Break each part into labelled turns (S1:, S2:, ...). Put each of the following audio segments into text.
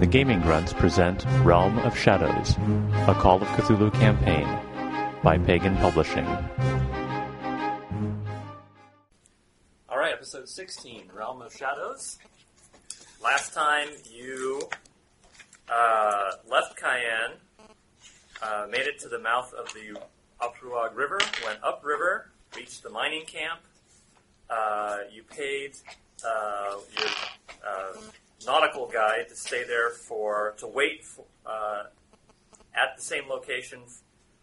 S1: The Gaming Grunts present Realm of Shadows, a Call of Cthulhu campaign by Pagan Publishing.
S2: All right, episode 16, Realm of Shadows. Last time you uh, left Cayenne, uh, made it to the mouth of the Apruag River, went upriver, reached the mining camp. Uh, you paid uh, your uh, nautical guide to stay there for to wait for, uh, at the same location f-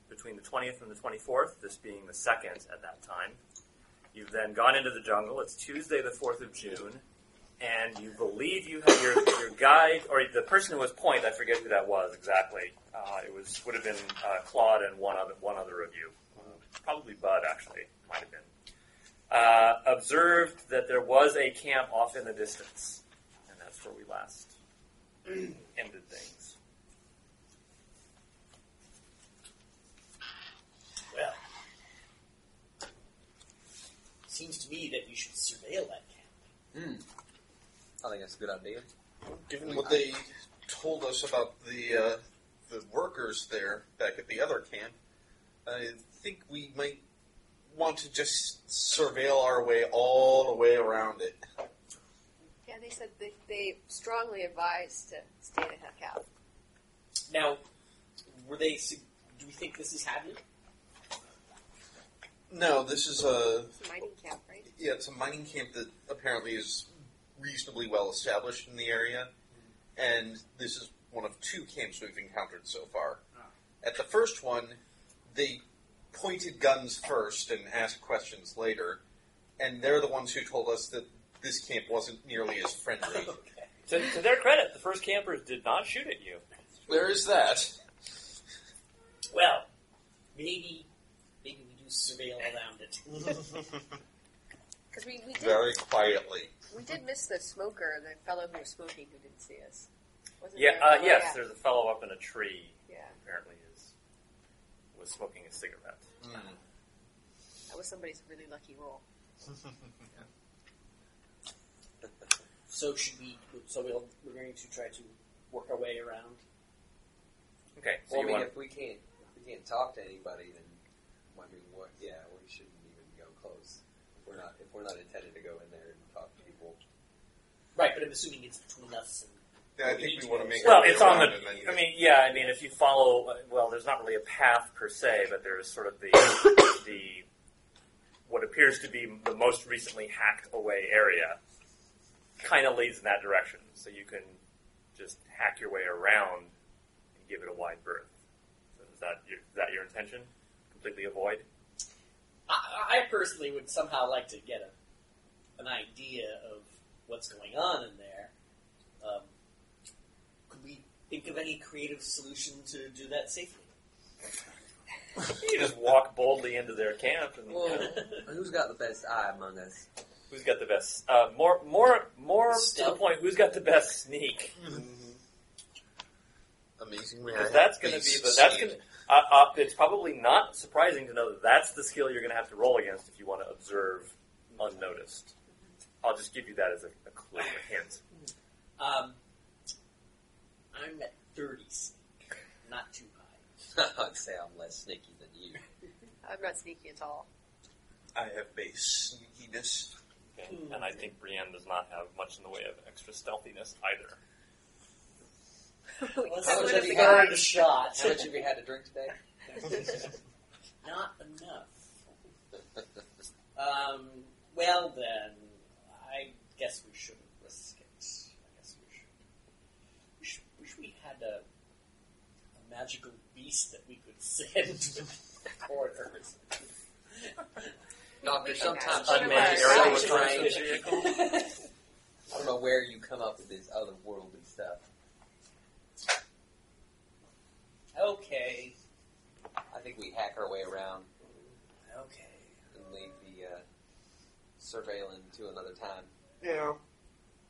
S2: between the 20th and the 24th, this being the second at that time. You've then gone into the jungle. It's Tuesday, the 4th of June, and you believe you have your, your guide, or the person who was point, I forget who that was exactly. Uh, it was would have been uh, Claude and one other, one other of you. Probably Bud, actually. Might have been. Uh, observed that there was a camp off in the distance, and that's where we last ended things.
S3: Well, seems to me that we should surveil that camp.
S4: Hmm. I think that's a good idea.
S5: Given what they told us about the uh, the workers there back at the other camp, I think we might want to just surveil our way all the way around it.
S6: Yeah, they said they, they strongly advised to stay in a cow.
S3: Now, were they? su- Do we think this is happening?
S5: No, this is a
S6: It's a mining camp, right?
S5: yeah, it's a mining camp that apparently is reasonably well established in the area, and this is one of two camps we've encountered so far. At the first one, they pointed guns first and asked questions later, and they're the ones who told us that this camp wasn't nearly as friendly.
S3: okay.
S2: To, to their credit, the first campers did not shoot at you.
S5: there is that.
S3: Well, maybe, maybe we do surveil around it.
S6: Because we, we did
S5: Very quietly.
S6: we did miss the smoker, the fellow who was smoking who didn't see us. Wasn't
S2: Yeah,
S6: there?
S2: uh,
S6: Oh,
S2: yes,
S6: yeah.
S2: there's a fellow up in a tree
S6: Yeah,
S2: apparently is was smoking a cigarette.
S5: Hmm.
S6: that was somebody's really lucky roll.
S3: so should we? So we'll, we're going to try to work our way around.
S2: Okay, so
S4: Well,
S2: you
S4: I mean,
S2: want
S4: if we can't, if we can't talk to anybody, then I mean, what? Yeah, we shouldn't even go close. If we're not, if we're not intended to go in there and talk to people.
S3: Right, but I'm assuming it's between us and
S5: Yeah, I think we want to make
S2: well,
S5: our way
S2: it's on
S5: around and
S2: the.
S5: then-
S2: I mean, yeah, I mean, if you follow, well, there's not really a path per se, but there is sort of the the what appears to be the most recently hacked away area, kind of leads in that direction. So you can just hack your way around and give it a wide berth. So is that your, is that your intention? Completely avoid.
S3: I, I personally would somehow like to get a, an idea of what's going on in there. Um, could we think of any creative solution to do that safely?
S2: You just walk boldly into their camp and.
S4: Well, who's got the best eye among us?
S2: Who's got the best? Uh, more, more, more to the
S3: Stealth?
S2: point. Who's got the best sneak?
S5: Amazingly, I
S2: Because
S5: have
S2: that's going to be
S5: these
S2: the. That's
S5: saved.
S2: going. Uh, uh, it's probably not surprising to know that that's the skill you're going to have to roll against if you want to observe unnoticed. I'll just give you that as a, a clue, a hint.
S3: Um, I'm at 30s, not too high.
S4: I'd say I'm less sneaky than you.
S6: I'm not sneaky at all.
S5: I have base sneakiness.
S2: Okay? And I think Brienne does not have much in the way of extra stealthiness either.
S6: We
S4: how
S6: got rid
S4: much
S6: of
S4: have you
S6: the
S4: got?
S6: guard.
S3: third shot.
S4: How much have you had to drink today?
S3: not enough. Um, well then, I guess we shouldn't risk it. I guess we should. We should wish we had a, a magical beast that we could send to the corners.
S4: Doctor, sometimes
S6: One of
S2: Unmanned
S6: our
S2: aerial
S6: side
S2: patrols.
S4: strange. I don't know where you come up with this otherworldly stuff.
S3: okay,
S4: I think we hack our way around
S3: okay.
S4: and leave the uh, surveilling to another time.
S5: Yeah.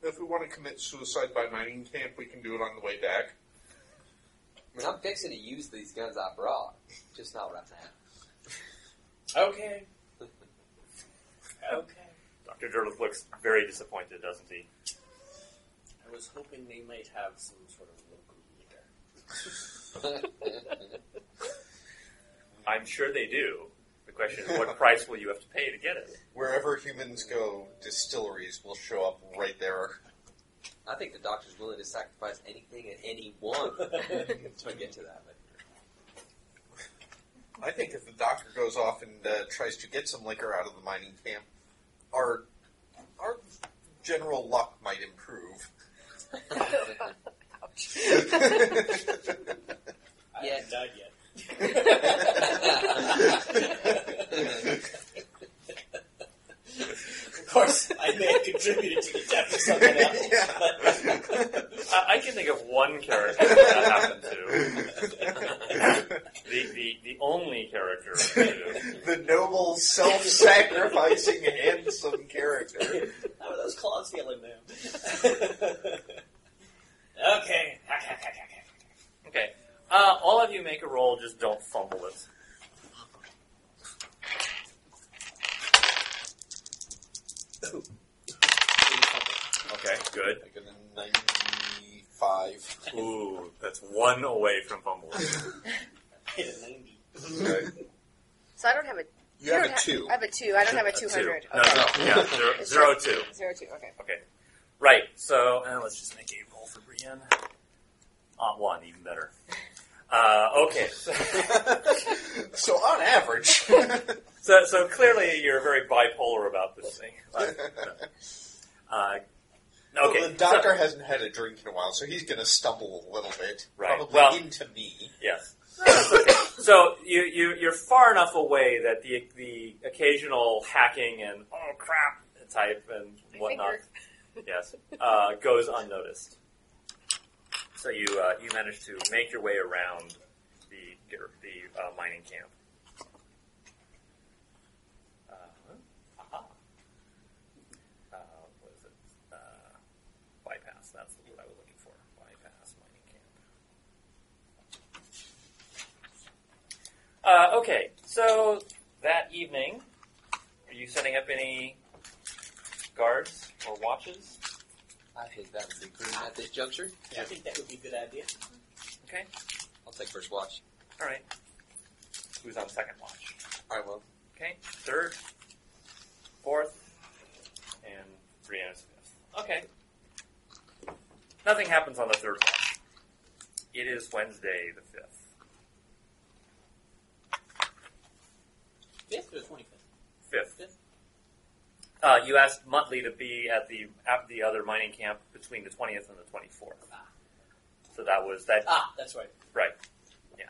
S5: If we want to commit suicide by mining camp, we can do it on the way back.
S4: I mean, I'm fixing to use these guns I brought, just not right now.
S3: Okay. Okay.
S2: Doctor Dirtle looks very disappointed, doesn't he?
S3: I was hoping they might have some sort of local liquor.
S2: I'm sure they do. The question is, what price will you have to pay to get it?
S5: Wherever humans go, distilleries will show up right there.
S4: I think the doctor's willing to sacrifice anything and anyone to get to that. But
S5: I think if the doctor goes off and uh, tries to get some liquor out of the mining camp, our our general luck might improve.
S6: Ouch.
S3: I
S4: Yeah.
S3: haven't died yet. Of course, I may have contributed to the death of someone else.
S2: I, I can think of one character that happened to. The, the, the only character. Who,
S5: the noble, self-sacrificing, handsome character.
S3: How are those claws feeling now? okay. Hack, hack, hack, hack, hack.
S2: okay. Uh, all of you make a roll, just don't fumble it. Okay, good.
S5: Like a ninety-five.
S2: Ooh, that's one away from fumble.
S3: I hit a 90.
S6: So I don't have a.
S5: You have
S6: don't
S5: a two.
S6: I have a two. I don't have a two
S2: Two.
S6: hundred.
S2: No, no, yeah, zero, zero two.
S6: Zero two. Okay.
S2: Right. So uh, let's just make a roll for Brienne. On one, even better. Uh, okay.
S5: so on average,
S2: So, so clearly you're very bipolar about this thing. Uh, okay.
S5: the doctor
S2: so-
S5: hasn't had a drink in a while, so he's going to stumble a little bit,
S2: Right.
S5: probably
S2: Well-
S5: into me.
S2: yes. That's okay. So you, you you're far enough away that the the occasional hacking and oh crap type and
S6: My
S2: whatnot
S6: finger.
S2: yes, uh, goes unnoticed. So you uh, you manage to make your way around the the uh, mining camp. Uh, aha. Uh-huh. Uh, what is it? Uh, bypass. That's the word I was looking for. Bypass mining camp. Uh, okay, so that evening, are you setting up any guards or watches?
S4: I think that would be prudent at this juncture.
S3: I think that would be a good idea.
S2: Okay.
S4: I'll take first watch.
S2: All right. Who's on second watch?
S4: I will.
S2: Okay. Third, fourth, and Brianna's fifth. Okay. Nothing happens on the third watch. It is Wednesday the fifth.
S3: 5th or 25th?
S2: Fifth.
S3: Fifth.
S2: Uh, you asked Muttley to be at the at the other mining camp between the twentieth and the twenty fourth.
S3: Ah.
S2: So that was that.
S3: Ah, that's right.
S2: Right. Yeah.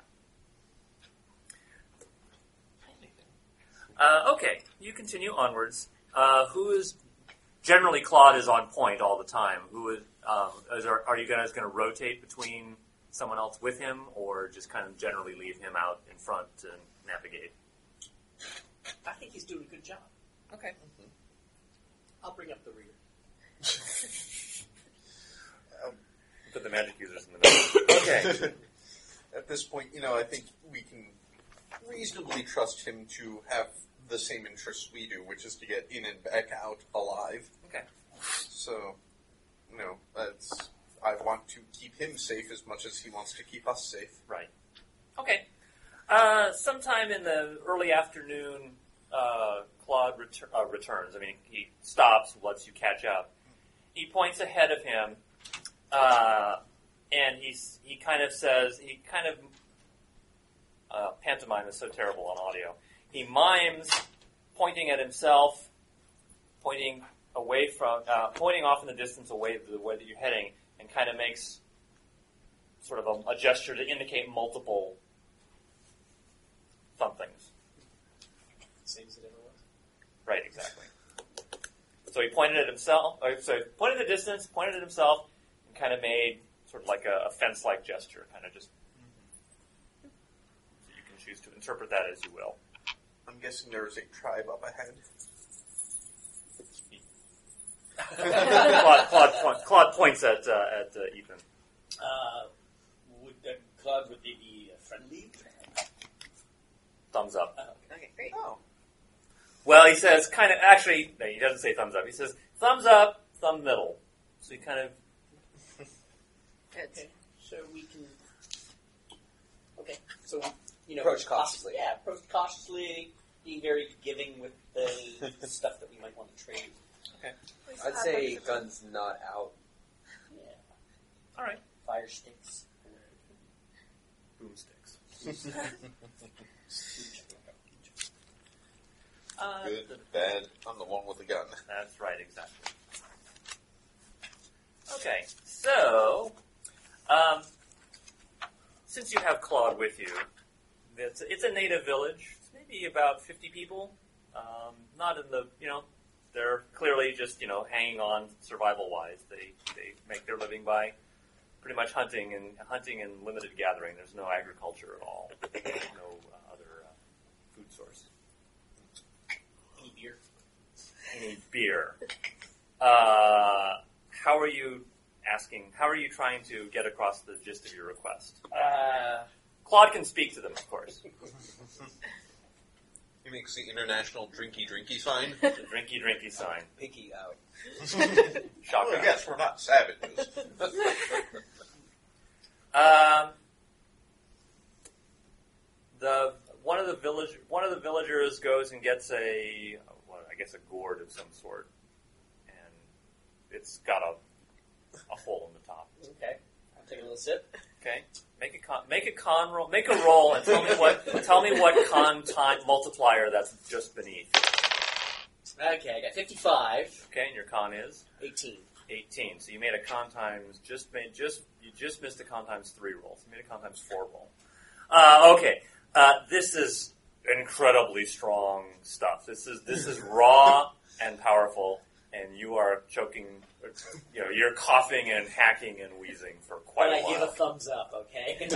S2: Uh, okay, you continue onwards. Uh, who is generally Claude is on point all the time. Who is, um, is there, are you guys going to rotate between someone else with him, or just kind of generally leave him out in front to navigate?
S3: I think he's doing a good job. Mm-hmm.
S2: Okay.
S3: I'll bring up the rear.
S2: Put the magic users in the middle. okay.
S5: At this point, you know, I think we can reasonably trust him to have the same interests we do, which is to get in and back out alive.
S2: Okay.
S5: So, you know, that's. I want to keep him safe as much as he wants to keep us safe.
S2: Right. Okay. Uh, sometime in the early afternoon, uh, Claude retur- uh, returns. I mean, he stops, lets you catch up. He points ahead of him, uh, and he's, he kind of says, he kind of, uh, pantomime is so terrible on audio. He mimes pointing at himself, pointing away from, uh, pointing off in the distance away the way that you're heading, and kind of makes sort of a, a gesture to indicate multiple somethings.
S3: Same as it ever was.
S2: Right, exactly. So he pointed at himself, or so he pointed at a distance, pointed at himself, and kind of made sort of like a, a fence-like gesture, kind of just. So you can choose to interpret that as you will.
S5: I'm guessing there is a tribe up ahead.
S2: Claude, Claude, point, Claude points at uh, at uh, Ethan.
S3: Uh, would the club, would they be uh, friendly?
S2: Thumbs up.
S3: Uh,
S6: Okay. Great.
S5: Oh.
S2: Well, he says kind of actually. No, he doesn't say thumbs up. He says thumbs up, thumb middle. So he kind of
S4: Approach cautiously.
S3: Yeah, approach cautiously. Be very giving with the stuff that we might want to trade.
S4: I'd say guns not out.
S3: Yeah,
S2: All right.
S3: fire sticks.
S2: Boomsticks.
S3: Uh,
S5: Good, bad. I'm the one with the gun.
S2: That's right, exactly. Okay, so um, since you have Claude with you, it's, it's a native village. It's maybe about fifty people. Um, not in the you know, they're clearly just you know hanging on survival wise. They they make their living by pretty much hunting and hunting and limited gathering. There's no agriculture at all. no uh, other uh, food source
S3: Easier.
S2: any beer. Uh, how are you asking? How are you trying to get across the gist of your request?
S3: Uh,
S2: Claude can speak to them, of course.
S5: He makes the international drinky drinky sign.
S2: The drinky drinky sign.
S4: Pinky out.
S2: Shocker.
S5: Well, yes, we're not savages.
S2: Um, the one of the village one of the villagers goes and gets a what, I guess a gourd of some sort, and it's got a a hole in the top.
S3: okay, I'll take a little sip.
S2: Okay. Make a con. Make a con roll. Make a roll and tell me what. tell me what con time multiplier that's just beneath.
S3: Okay, I got 55.
S2: Okay, and your con is
S3: 18.
S2: eighteen. So you made a con times just made just you just missed a con times three roll. So you made a con times four roll. Uh, okay. Uh, this is incredibly strong stuff. This is this is raw and powerful, and you are choking. You know, you're coughing and hacking and wheezing for quite
S3: But
S2: a
S3: I
S2: while.
S3: give a thumbs up, okay?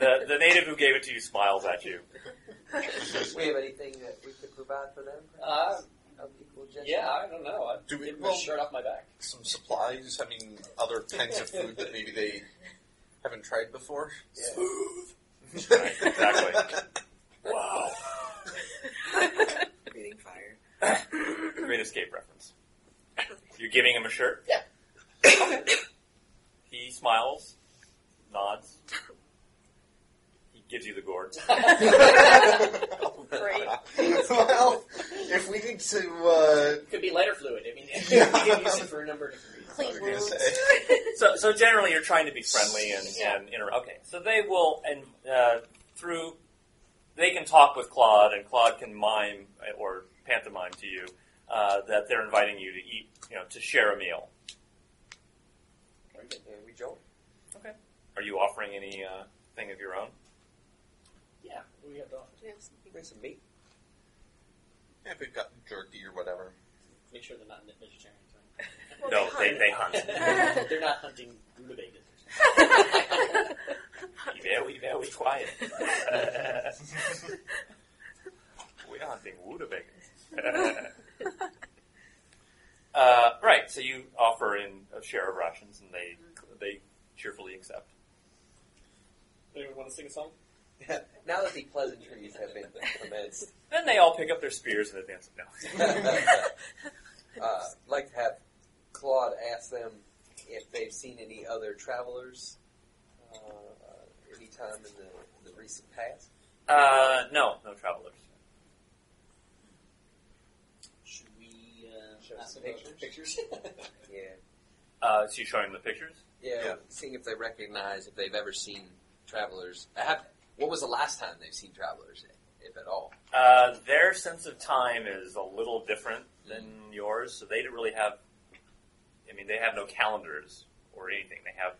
S2: the, the native who gave it to you smiles at you.
S4: we have anything that we could provide for them?
S3: Uh,
S4: of equal gesture?
S3: yeah, I don't know. I'm
S5: Do we-
S3: getting
S5: well-
S3: my shirt off my back.
S5: Some supplies. I mean, other kinds of food that maybe they haven't tried before. Smooth.
S2: Right, exactly. Wow.
S6: Breathing fire.
S2: Great escape reference. You're giving him a shirt?
S3: Yeah.
S2: he smiles, nods. He gives you the gourd.
S6: Great.
S5: well, if we need to, uh,
S3: Could be lighter fluid. I mean, you
S5: Yeah.
S3: can use it for a number of different reasons.
S5: I was
S6: Clean
S5: gonna
S6: wounds.
S2: So, so generally, you're trying to be friendly and, and inter- okay. So they will and uh, through they can talk with Claude, and Claude can mime uh, or pantomime to you uh, that they're inviting you to eat, you know, to share a meal.
S4: Yeah, we join.
S2: Are you offering any uh, thing of your own?
S3: Yeah, we have to offer.
S6: We have something-
S4: Bring some meat.
S5: yeah, if we've got jerky or whatever.
S3: Make sure they're not in the vegetarian zone.
S6: Well,
S2: no, they, they hunt.
S3: they're not hunting rutabagas.
S2: very, very quiet. We're hunting rutabagas. uh, right, so you offer in a share of rations, and they they cheerfully accept.
S3: Anyone want to sing a song?
S4: now that the pleasantries have been commenced,
S2: Then they all pick up their spears and advance. No,
S4: uh, I'd like to have Claude ask them if they've seen any other travelers uh, uh, any time in the, the recent past.
S2: uh, no, no travelers.
S3: Should we uh,
S4: Show
S3: ask
S4: some
S3: about
S4: pictures?
S3: pictures?
S4: Yeah.
S2: Uh, so you showing them the pictures?
S4: yeah,
S5: Yeah.
S4: Seeing if they recognize if they've ever seen travelers. I have, what was the last time they've seen travelers, if at all?
S2: Uh, their sense of time is a little different than yours, so they don't really have. I mean, they have no calendars or anything. They have,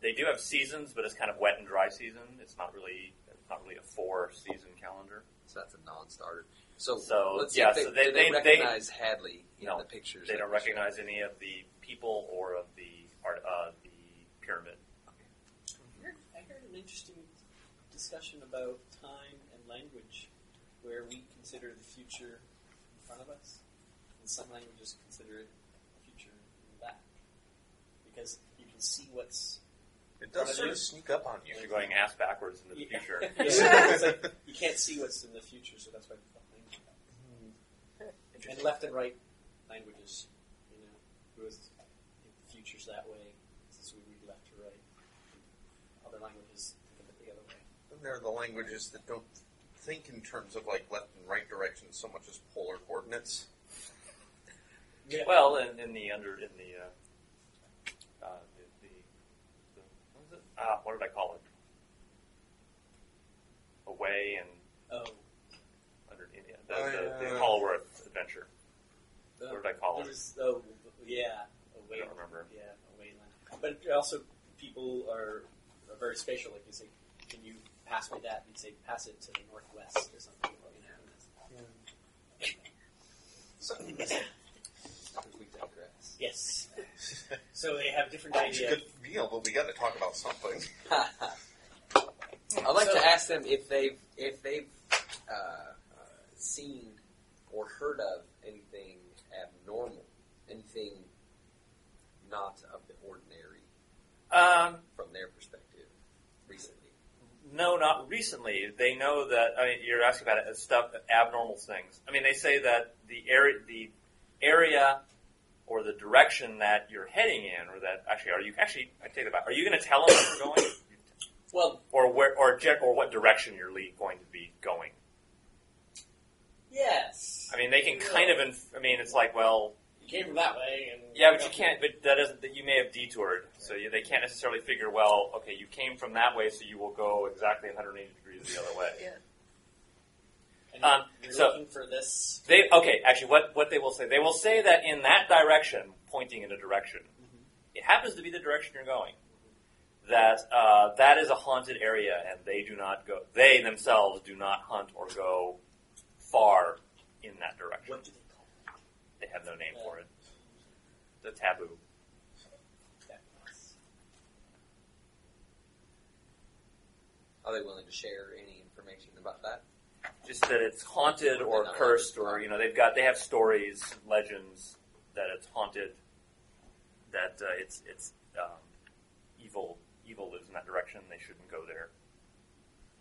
S2: they do have seasons, but it's kind of wet and dry season. It's not really, it's not really a four season calendar.
S4: So that's a non-starter. So,
S2: So,
S4: let's
S2: yeah,
S4: see if
S2: so they-
S4: they, do they,
S2: they- they-
S4: recognize Hadley in
S2: No,
S4: the pictures.
S2: They
S4: that
S2: don't
S4: we showed?
S2: recognize any of the people or of the art, uh, the pyramid.
S3: I heard- I heard an interesting discussion about time and language, where we consider the future in front of us, and some languages consider it the future in the back, because you can see what's
S5: It does sort of sneak up on you.
S2: You're going ass backwards into the
S3: Yeah.
S2: future.
S3: Yeah, it's like you can't see what's in the future, so that's why we call it language. And left and right languages, you know, because the future's that way, since we read left to right. Other languages think of it the other way.
S5: Then there are the languages that don't think in terms of like left and right directions so much as polar coordinates.
S3: Yeah.
S2: Well, in, in the under in the uh, uh, the, the, the what is it? Ah, what did I call it? Away and
S3: oh,
S2: under in the,
S5: Oh,
S2: the, the,
S5: yeah.
S2: Hallworth adventure.
S3: the,
S2: What did I call it?
S3: there's- Oh, yeah, a
S2: I
S3: wayland.
S2: don't remember.
S3: Yeah, a wayland. But also, people are, are very spatial. Like you say, can you pass me that? You'd say, pass it to the northwest or something. You know, and that's-
S5: So,
S4: we digress.
S3: yes.
S5: Oh, it's
S3: So they have different
S5: a
S3: ideas.
S5: good meal, but we got to talk about something.
S4: I'd like
S3: So-
S4: to ask them if they've if they've uh, uh, seen or heard of anything abnormal, anything not of the ordinary
S2: Um,
S4: from their perspective recently.
S2: No, not recently. They know that. I mean, you're asking about it, stuff, abnormal things. I mean, they say that the area, the area, or the direction that you're heading in, or that actually, are you actually? I take it back. Are you going to tell them where you're going,
S3: Well,
S2: or where, or check, or what direction you're le- going to be going?
S3: yes.
S2: I mean, they can kind of. Inf- I mean, it's like, well,
S3: You came from that way, and
S2: yeah, but you can't. But that doesn't. That you may have detoured, so you, they can't necessarily figure. Well, okay, you came from that way, so you will go exactly 180 degrees the other way.
S6: Yeah.
S3: And
S2: Um,
S3: you're
S2: so-
S3: looking for this.
S2: They okay. Actually, what what they will say? They will say that in that direction, pointing in a direction,
S3: Mm-hmm.
S2: it happens to be the direction you're going. That uh, that is a haunted area, and they do not go. They themselves do not hunt or go far in that direction.
S3: What do they call
S2: They have no name for it. The taboo.
S3: that?
S4: Are they willing to share any information about that?
S2: Just that it's haunted or cursed, or you know they've got they have stories, legends that it's haunted. That uh, it's it's um, evil evil lives in that direction. They shouldn't go there.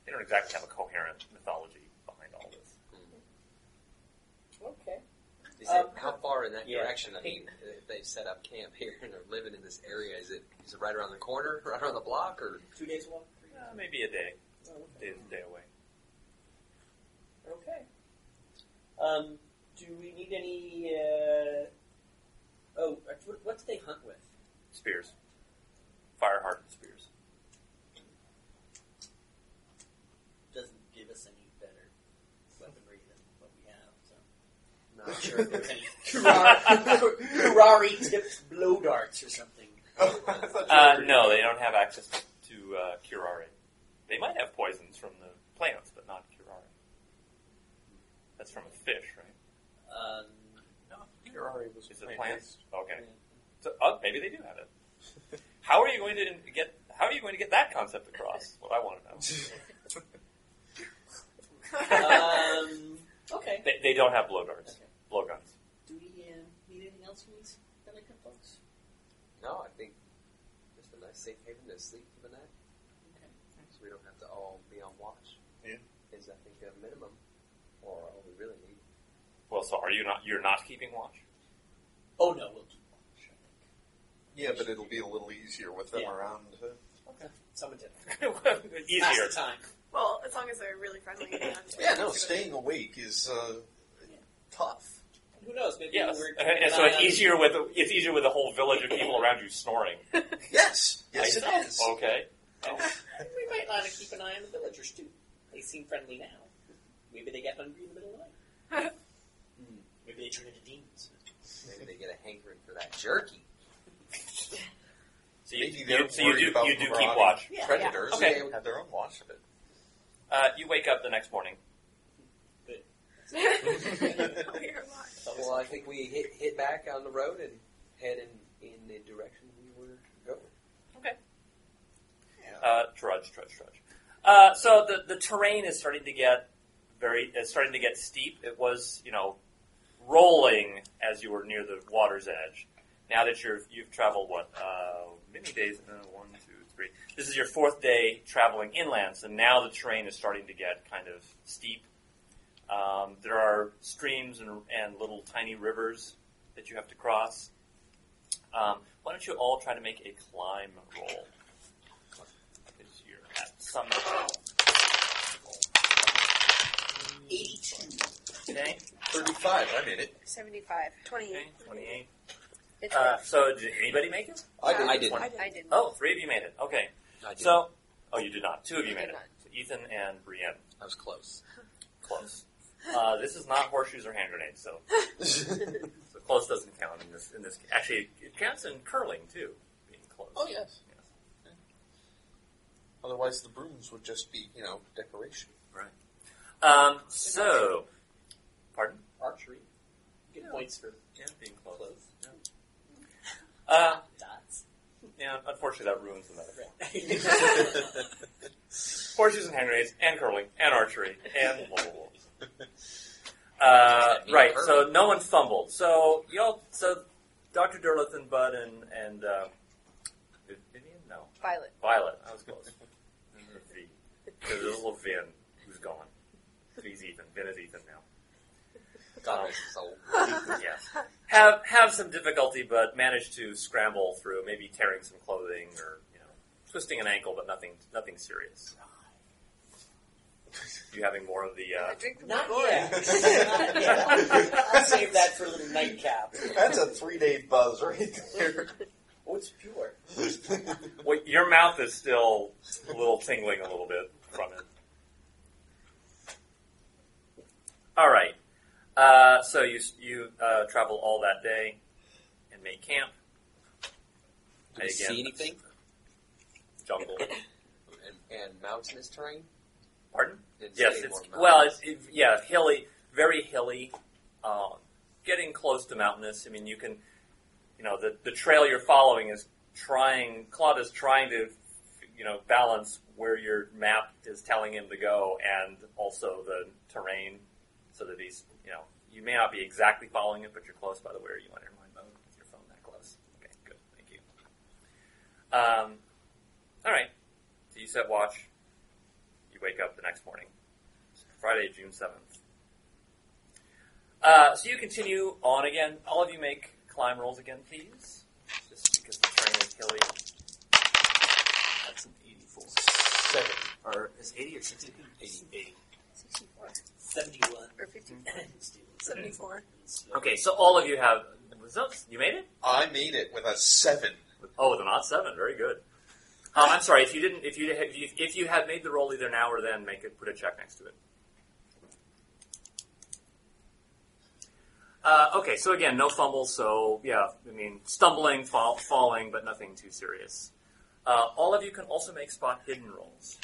S2: They don't exactly have a coherent mythology behind all this.
S3: Okay.
S4: Is
S3: Um,
S4: it how far in that
S3: yeah.
S4: direction? I mean, if they've set up camp here and are living in this area, is it is it right around the corner, right around the block, or
S3: Two days walk. Three days.
S2: Uh, maybe a day,
S3: Oh, okay.
S2: day, day away.
S3: Okay. Um, do we need any? Uh, oh, what, what do they hunt with?
S2: Spears, fire hardened spears.
S3: Doesn't give us any better weaponry than what we have. So
S4: not
S3: I'm sure if
S4: sure?
S3: there's any Ferrari tipped blow darts or something.
S5: Oh,
S2: Uh, no, they don't have access to uh, curare. They might have poisons from the plants, but not curare. That's from a fish, right?
S3: Um,
S5: was
S2: Is it plants? Okay. So uh, maybe they do have it. How are you going to get? How are you going to get that concept across? What I want to know.
S3: um, okay.
S2: They, they don't have blow darts,
S3: Okay.
S2: blowguns.
S3: Do we uh, need anything else from these delicate folks?
S4: No, I think just a nice safe haven to sleep for the night,
S3: Okay.
S4: so we don't have to all be on watch.
S5: Yeah.
S4: Is I think a minimum, or all we really need.
S2: Well, so are you not? You're not keeping watch.
S3: Oh no, we'll keep watch. I think.
S5: Yeah, but it'll be a little easier with them
S3: Yeah.
S5: around.
S3: Someone did. it. Pass
S2: Easier.
S3: the time.
S6: Well, as long as they're really friendly. and not-
S5: Yeah, no, staying awake is uh, tough.
S3: Who knows? Maybe
S2: Yes.
S3: we're
S2: And so it's easier with it's easier with a whole village of people around you snoring.
S5: Yes, yes,
S2: I-
S5: it is.
S2: Okay.
S3: We might want to keep an eye on the villagers too. They seem friendly now. Maybe they get hungry in the middle of the night.
S2: Hmm.
S3: Maybe they turn into demons.
S4: Maybe they get a hankering for that jerky.
S2: So you,
S5: Maybe they're
S2: you- so you
S5: worried
S2: do
S5: about
S2: you do keep
S5: marauding.
S2: watch.
S3: Yeah.
S5: Predators
S2: Okay.
S5: they have their own watch of it.
S2: Uh, you wake up the next morning.
S6: We are locked.
S4: Well, I think we hit hit back on the road and head in, in the direction we were going.
S2: Uh, trudge, trudge, trudge. Uh, so the the terrain is starting to get very it's starting to get steep. It was you know rolling as you were near the water's edge. Now that you're you've traveled what uh, many days? Uh, one, two, three. This is your fourth day traveling inland. So now the terrain is starting to get kind of steep. Um, there are streams and, and little tiny rivers that you have to cross. Um, why don't you all try to make a climb roll? Because you're at some level.
S3: 82.
S2: Okay.
S5: 35, I made it.
S6: 75. 28.
S2: Okay. Twenty-eight.
S6: It's
S2: Uh, so did anybody make it?
S5: I did.
S4: I did.
S6: I didn't.
S2: Oh, three of you made it. Okay.
S4: I did.
S2: So, oh, you did not. Two of
S6: I
S2: you made
S6: did
S2: it.
S6: not.
S2: So Ethan and Brienne.
S4: I was close.
S2: Close. Uh, this is not horseshoes or hand grenades, so, so close doesn't count in this. In this, actually, it counts in curling too. Being close.
S5: oh, yes. Otherwise, the brooms would just be, you know, decoration.
S2: Um, so, pardon?
S3: Archery. Good
S2: Yeah.
S3: points for
S2: Yeah, being close.
S3: Close.
S2: Yeah. Uh,
S3: dots.
S2: yeah. Unfortunately, that ruins the metaphor.
S3: Right.
S2: Horseshoes and hand grenades, and curling, and archery, and blah blah blah. Uh, right. So no one stumbled. So y'all. So Doctor Derleth and Bud and and uh, Vivian. No.
S6: Violet.
S2: Violet. I was close. Or V. There's a little Vin who's gone. V's Ethan. Vin is Ethan now.
S4: God
S2: Um,
S4: rest his soul.
S2: yes. Have have some difficulty, but manage to scramble through. Maybe tearing some clothing or you know twisting an ankle, but nothing nothing serious. You having more of the
S6: I
S2: uh,
S6: drink from
S3: Not
S6: the gourd.
S3: yet. Not yet. I'll save that for a little nightcap.
S5: That's a three day buzz right there.
S3: Oh, it's pure.
S2: Well, your mouth is still a little tingling a little bit from it. All right. Uh, so you you uh, travel all that day and make camp.
S4: Did we
S2: Again,
S4: see anything?
S2: Jungle.
S4: And, and mountainous terrain?
S2: Pardon?
S4: Didn't see
S2: Yes.
S4: any
S2: It's
S4: more
S2: well.
S4: mountains.
S2: It's it, yeah. Hilly. Very hilly. Um, getting close to mountainous. I mean, you can. You know, the the trail you're following is trying. Claude is trying to, you know, balance where your map is telling him to go and also the terrain, so that he's. You know, you may not be exactly following it, but you're close. By the way, are you on airline mode with your phone that close? Okay. Good. Thank you. Um. All right. So you set watch. You wake up the next morning. Friday, June 7th. Uh, so you continue on again. All of you make climb rolls again, please. Just because the terrain is hilly.
S7: That's an 84.
S5: Seven.
S7: Or is 80 or 60? 80.
S6: 64.
S3: 71.
S6: Or 54.
S3: Let's do it.
S6: 74.
S2: Okay, so all of you have results. You made it?
S5: I made it with a seven.
S2: Oh, with an odd seven. Very good. Um, I'm sorry if you didn't. If you if you, if you had made the roll either now or then, make it put a check next to it. Uh, okay, so again, no fumbles. So yeah, I mean, stumbling, fall, falling, but nothing too serious. Uh, all of you can also make spot hidden rolls.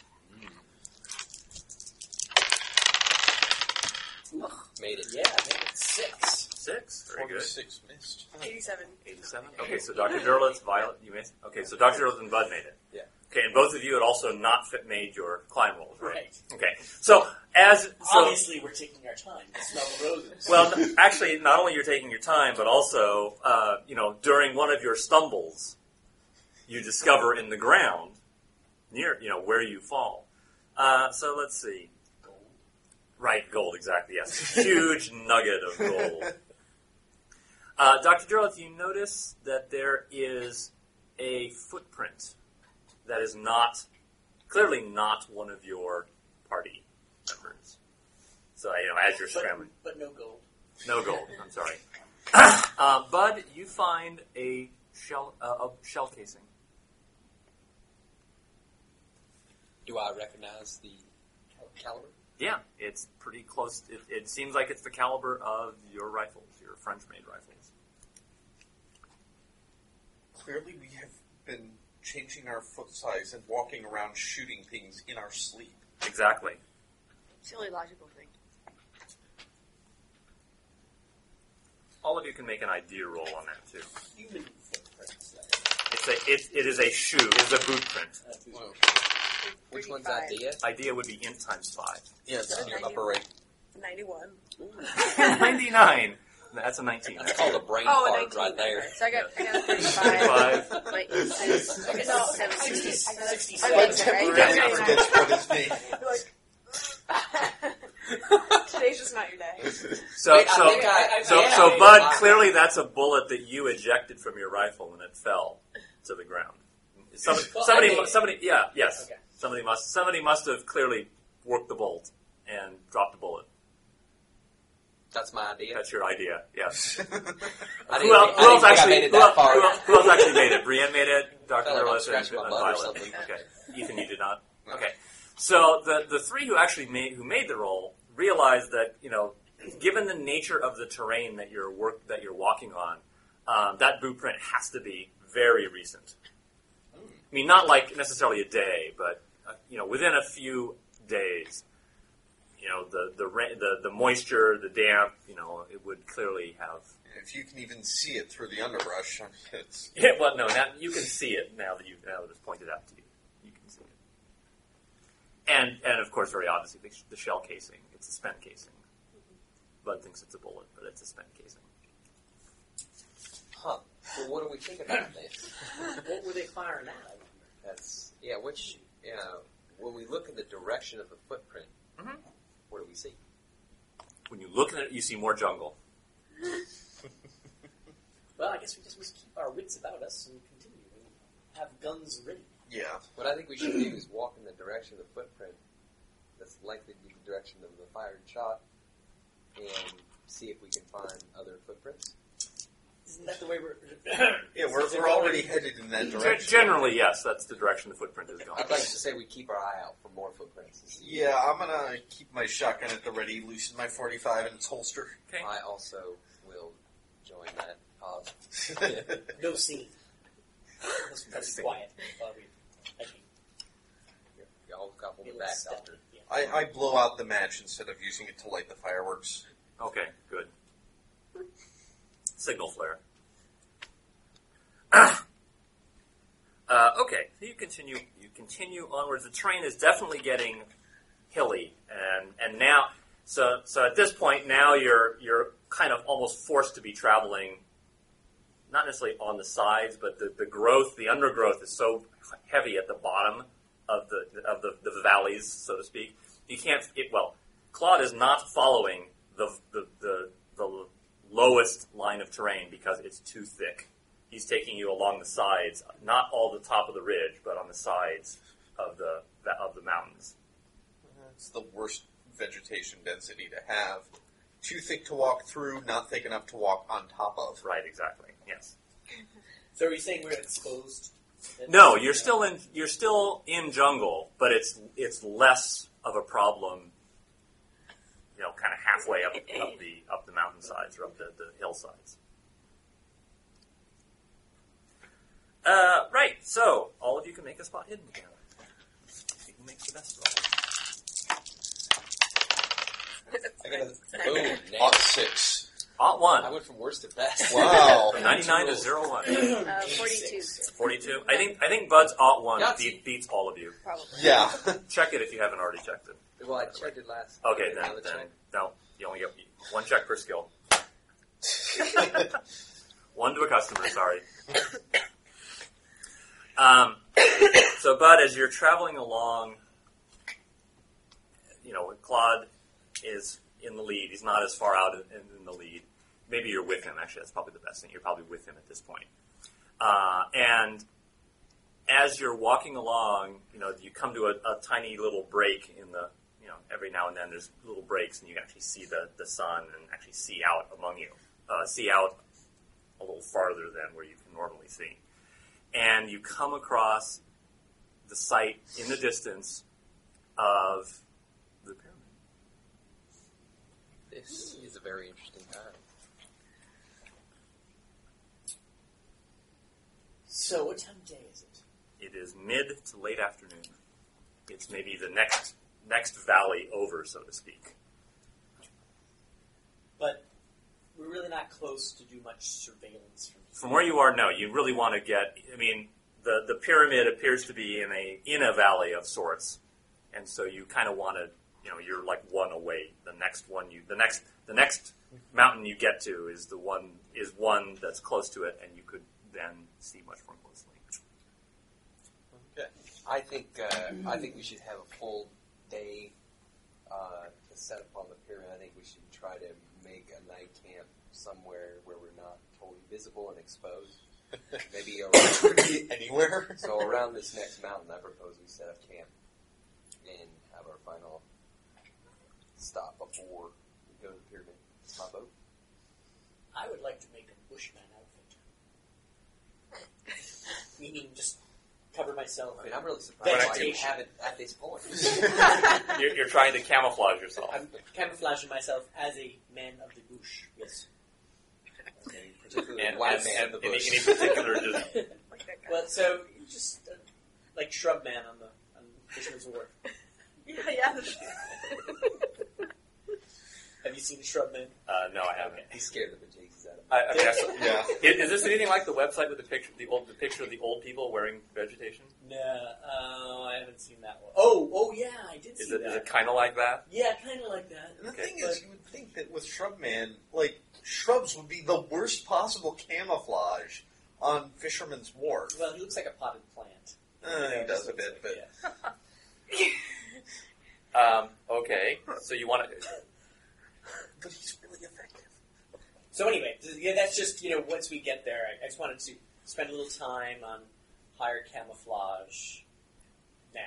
S4: Made it.
S3: Yeah, maybe it's six.
S2: Six. Very good.
S5: Forty-six missed.
S6: 87.
S2: Eighty-seven. Okay, so Doctor Derleth, Violet, you missed. Okay, so Doctor Derleth and Bud made it.
S4: Yeah.
S2: Okay, and both of you had also not fit made your climb rolls, right?
S3: Right.
S2: Okay, so as so,
S3: Obviously, we're taking our time. It's not roses.
S2: well, n- actually, not only you're taking your time, but also, uh, you know, during one of your stumbles, you discover in the ground near, you know, where you fall. Uh, so let's see. Right, gold, exactly. Yes, huge nugget of gold. Uh, Doctor Derleth, you notice that there is a footprint that is not clearly not one of your party members. So you know, as you're scrambling.
S3: but, but no gold.
S2: No gold. I'm sorry. uh, Bud, you find a shell uh, a shell casing.
S4: Do I recognize the caliber?
S2: Yeah, it's pretty close. It, it seems like it's the caliber of your rifles, your French-made rifles.
S5: Clearly, we have been changing our foot size and walking around shooting things in our sleep.
S2: Exactly.
S6: It's the only logical thing.
S2: All of you can make an idea roll on that too.
S3: Human footprints.
S2: It's a it, it is a shoe. It's a boot print.
S3: That's
S4: Whoa. Which
S6: 35.
S4: one's idea?
S2: Idea would be int times five.
S5: Yeah, it's
S6: in your upper
S5: right.
S6: 91.
S2: Ninety-nine. That's a nineteen.
S4: That's called a brain
S6: Oh,
S4: fart
S6: 19.
S4: right there.
S6: So I got, I got 35.
S2: Five.
S6: My insight is-
S3: Okay,
S6: no,
S3: so
S6: 17.
S3: sixty-
S6: I got-
S3: sixty-seven.
S6: I got it,
S5: Temporarily
S6: right?
S2: Yeah,
S6: Right.
S5: forgets what his name
S6: Today's just not your day.
S5: is.
S2: So
S4: Wait, I
S2: so
S4: think I- I-
S2: so,
S4: yeah,
S2: so
S4: I-
S2: Bud,
S4: I-
S2: clearly that's a bullet that you ejected from your rifle and it fell to the ground. Somebody,
S3: Well,
S2: somebody,
S3: I mean-
S2: somebody, yeah, yes.
S3: Okay.
S2: Somebody must, somebody must have clearly worked the bolt and dropped the bullet.
S4: That's my idea.
S2: That's your idea. Yes.
S4: I
S2: Who else,
S4: think- I
S2: who
S4: didn't
S2: else
S4: think I
S2: actually?
S4: made
S2: who,
S4: it that
S2: else,
S4: far.
S2: who else- who else actually made it? Brienne made it. Doctor
S4: Felt like I
S2: Merlis and
S4: scratched my
S2: and
S4: butt or
S2: Violet.
S4: something.
S2: Okay. Ethan, you did not. Okay. So the the three who actually made who made the roll realized that you know, given the nature of the terrain that you're work that you're walking on, um, that blueprint has to be very recent. I mean, not like necessarily a day, but uh, you know, within a few days. You know, the the ra- the, the moisture, the damp. You know, it would clearly have
S5: If you can even see it through the underbrush, I mean, it's
S2: yeah, well, no, now you can see it now that you now that it's pointed out to you. You can see it, and and of course, very obviously, the, the shell casing. It's a spent casing. Bud thinks it's a bullet, but it's a spent casing.
S4: Huh. Well, what do we think about this?
S3: What were they firing at? I wonder.
S4: That's yeah. Which you know, when we look in the direction of the footprint,
S2: Mhm.
S4: what do we see?
S2: When you look at it, you see more jungle.
S3: Well, I guess we just must keep our wits about us and continue and have guns ready.
S5: yeah.
S4: What I think we should do is walk in the direction of the footprint. That's likely to be the direction of the fired shot, and see if we can find other footprints.
S3: Isn't that the way we're?
S5: Yeah, we're, we're already headed in that
S2: Gen-
S5: direction.
S2: generally, yes, that's the direction the footprint is going.
S4: I'd like to say we keep our eye out for more footprints. and see.
S5: Yeah, I'm gonna keep my shotgun at the ready, loosen my 45 in its holster.
S2: Okay.
S4: I also will join that uh, cause.
S3: no scene. Let's
S2: No
S3: be
S2: scene.
S3: quiet. while we- I think
S4: Y'all couple me
S3: it
S4: back
S3: was stealthy,
S4: after.
S3: yeah.
S5: I, I blow out the match instead of using it to light the fireworks.
S2: Okay, good. Signal flare. uh, okay, so you continue. You continue onwards. The train is definitely getting hilly, and and now, so so at this point now you're you're kind of almost forced to be traveling. Not necessarily on the sides, but the, the growth, the undergrowth is so heavy at the bottom of the of the, the valleys, so to speak. You can't. It, well, Claude is not following the, the, the, the lowest line of terrain because it's too thick. He's taking you along the sides, not all the top of the ridge, but on the sides of the of the mountains.
S5: It's the worst vegetation density to have. Too thick to walk through, not thick enough to walk on top of.
S2: Right, exactly. Yes.
S3: So are you saying we're exposed?
S2: No, you're still in you're still in jungle, but it's it's less of a problem. You know, kind of halfway up up the up the mountainsides or up the, the hillsides. Uh, right. So all of you can make a spot hidden together. See who makes the best roll.
S4: I got a boom.
S5: Lot
S4: Next.
S5: six.
S2: Ot
S4: I
S2: one.
S4: went from worst to best.
S5: Wow.
S2: From ninety nine to zero one.
S6: Uh, 42,
S2: Forty two. I think I think Bud's ot one
S4: Yahtzee.
S2: beat, beats all of you.
S6: probably.
S5: Yeah.
S2: Check it if you haven't already checked it.
S4: Well, I checked it last.
S2: Okay,
S4: and
S2: then,
S4: now the
S2: then
S4: check-
S2: no, you only get one check per skill. one to a customer, sorry. Um, so, Bud, as you're traveling along, you know, Claude is in the lead. He's not as far out in, in the lead. Maybe you're with him, actually. That's probably the best thing. You're probably with him at this point. Uh, and as you're walking along, you know, you come to a, a tiny little break in the, you know, every now and then there's little breaks and you actually see the, the sun and actually see out among you, uh, see out a little farther than where you can normally see. And you come across the site in the distance of the pyramid.
S4: This is a very interesting time.
S3: So what time of day is it?
S2: It is mid to late afternoon. It's maybe the next next valley over, so to speak.
S3: But we're really not close to do much surveillance from here.
S2: from where you are, no, you really want to get. I mean, the the pyramid appears to be in a in a valley of sorts, and so you kind of want to, you know, you're like one away. The next one you, the next the next mountain you get to is the one is one that's close to it, and you could then see much more closely.
S4: I think uh, I think we should have a full day uh, to set upon the pyramid. I think we should try to make a night camp somewhere where we're not totally visible and exposed. Maybe around,
S5: Could be anywhere.
S4: so around this next mountain, I propose we set up camp and have our final stop before we go to the pyramid. my boat.
S3: I would like to make a bushman outfit. Meaning just cover myself.
S4: I mean, I'm really surprised
S2: But I
S4: why you
S3: do-
S4: haven't at this point.
S2: You're, you're trying to camouflage yourself.
S3: I'm camouflaging myself as a man of the bush. Yes.
S4: Okay, particularly
S2: and,
S4: white
S2: and-
S4: man
S2: and
S4: in the
S2: any,
S4: bush.
S2: any particular just
S6: Like that guy.
S3: well, so just uh, like shrub man on the on Fisherman's Wharf.
S6: yeah, yeah.
S3: Have you seen shrub man?
S2: uh, no, I haven't.
S4: He scared the bejesus out of me.
S2: I, I mean, that's-
S5: Yeah.
S2: is, is this anything like the website with the picture, the old, the picture of the old people wearing vegetation?
S3: No, uh, I haven't seen that one. Oh, oh yeah, I did
S2: Is
S3: see
S2: it,
S3: that.
S2: is it kind of like that?
S3: Yeah, kind of like that.
S5: And the
S2: Okay.
S5: thing is, you would think that with Shrub Man, like, shrubs would be the worst possible camouflage on Fisherman's Wharf.
S3: Well, he looks like a potted plant.
S5: Uh,
S3: Yeah,
S5: he does a
S3: looks
S5: bit,
S3: like-
S5: but
S3: yeah.
S2: Um, okay, so you want to?
S5: but he's really effective.
S3: So anyway, th- yeah, that's just you know once we get there, I, I just wanted to spend a little time on higher camouflage now.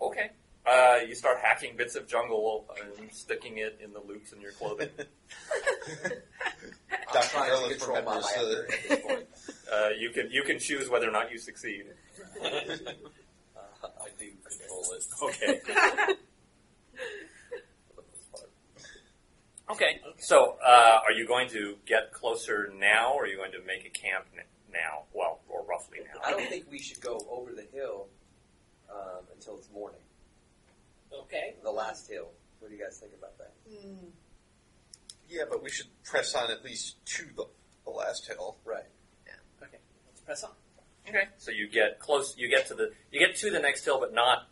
S2: Okay, uh, you start hacking bits of jungle and sticking it in the loops in your clothing.
S4: I'm
S5: Dr.
S4: trying to
S5: Garland
S4: control my
S5: remembers
S4: laughter
S5: the-
S4: at this point.
S2: Uh, you can you can choose whether or not you succeed.
S4: Uh, I do control it.
S2: Okay. Okay. So, uh, are you going to get closer now, or are you going to make a camp n- now? Well, or roughly
S4: I
S2: now.
S4: don't think we should go over the hill um, until it's morning.
S3: Okay.
S4: The last hill. What do you guys think about that?
S6: Mm.
S5: Yeah, but we should press on at least to the, the last hill.
S4: Right.
S3: Okay. Let's press on.
S2: Okay. So you get close. You get to the you get to the next hill, but not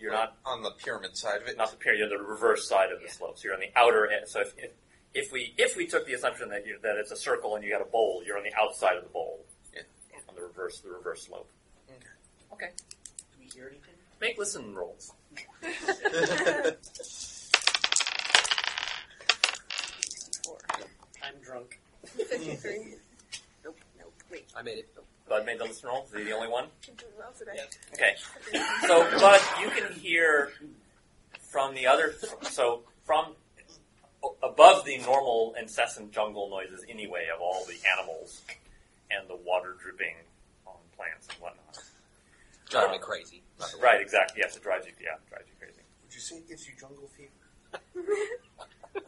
S2: you're not
S5: on the pyramid side of it.
S2: not the period. You're the reverse side of the slope. So you're on the outer. end. So if, if if we if we took the assumption that you that it's a circle and you got a bowl, you're on the outside of the bowl.
S5: Yeah.
S2: On the reverse the reverse slope.
S5: Okay.
S2: Okay.
S3: Do we hear anything?
S2: Make listen rolls.
S6: Four.
S3: I'm drunk.
S6: 53. Nope, nope. Wait,
S4: I made it.
S2: Bud made the listen roll. Is he the only one?
S6: I'm doing well today.
S2: Okay. So, but you can hear from the other, so from above the normal incessant jungle noises anyway of all the animals and the water dripping on plants and whatnot.
S4: Drive me crazy. by the way.
S2: Right, exactly. Yes, it drives you, yeah, it drives you crazy.
S5: Would you say it gives you jungle fever?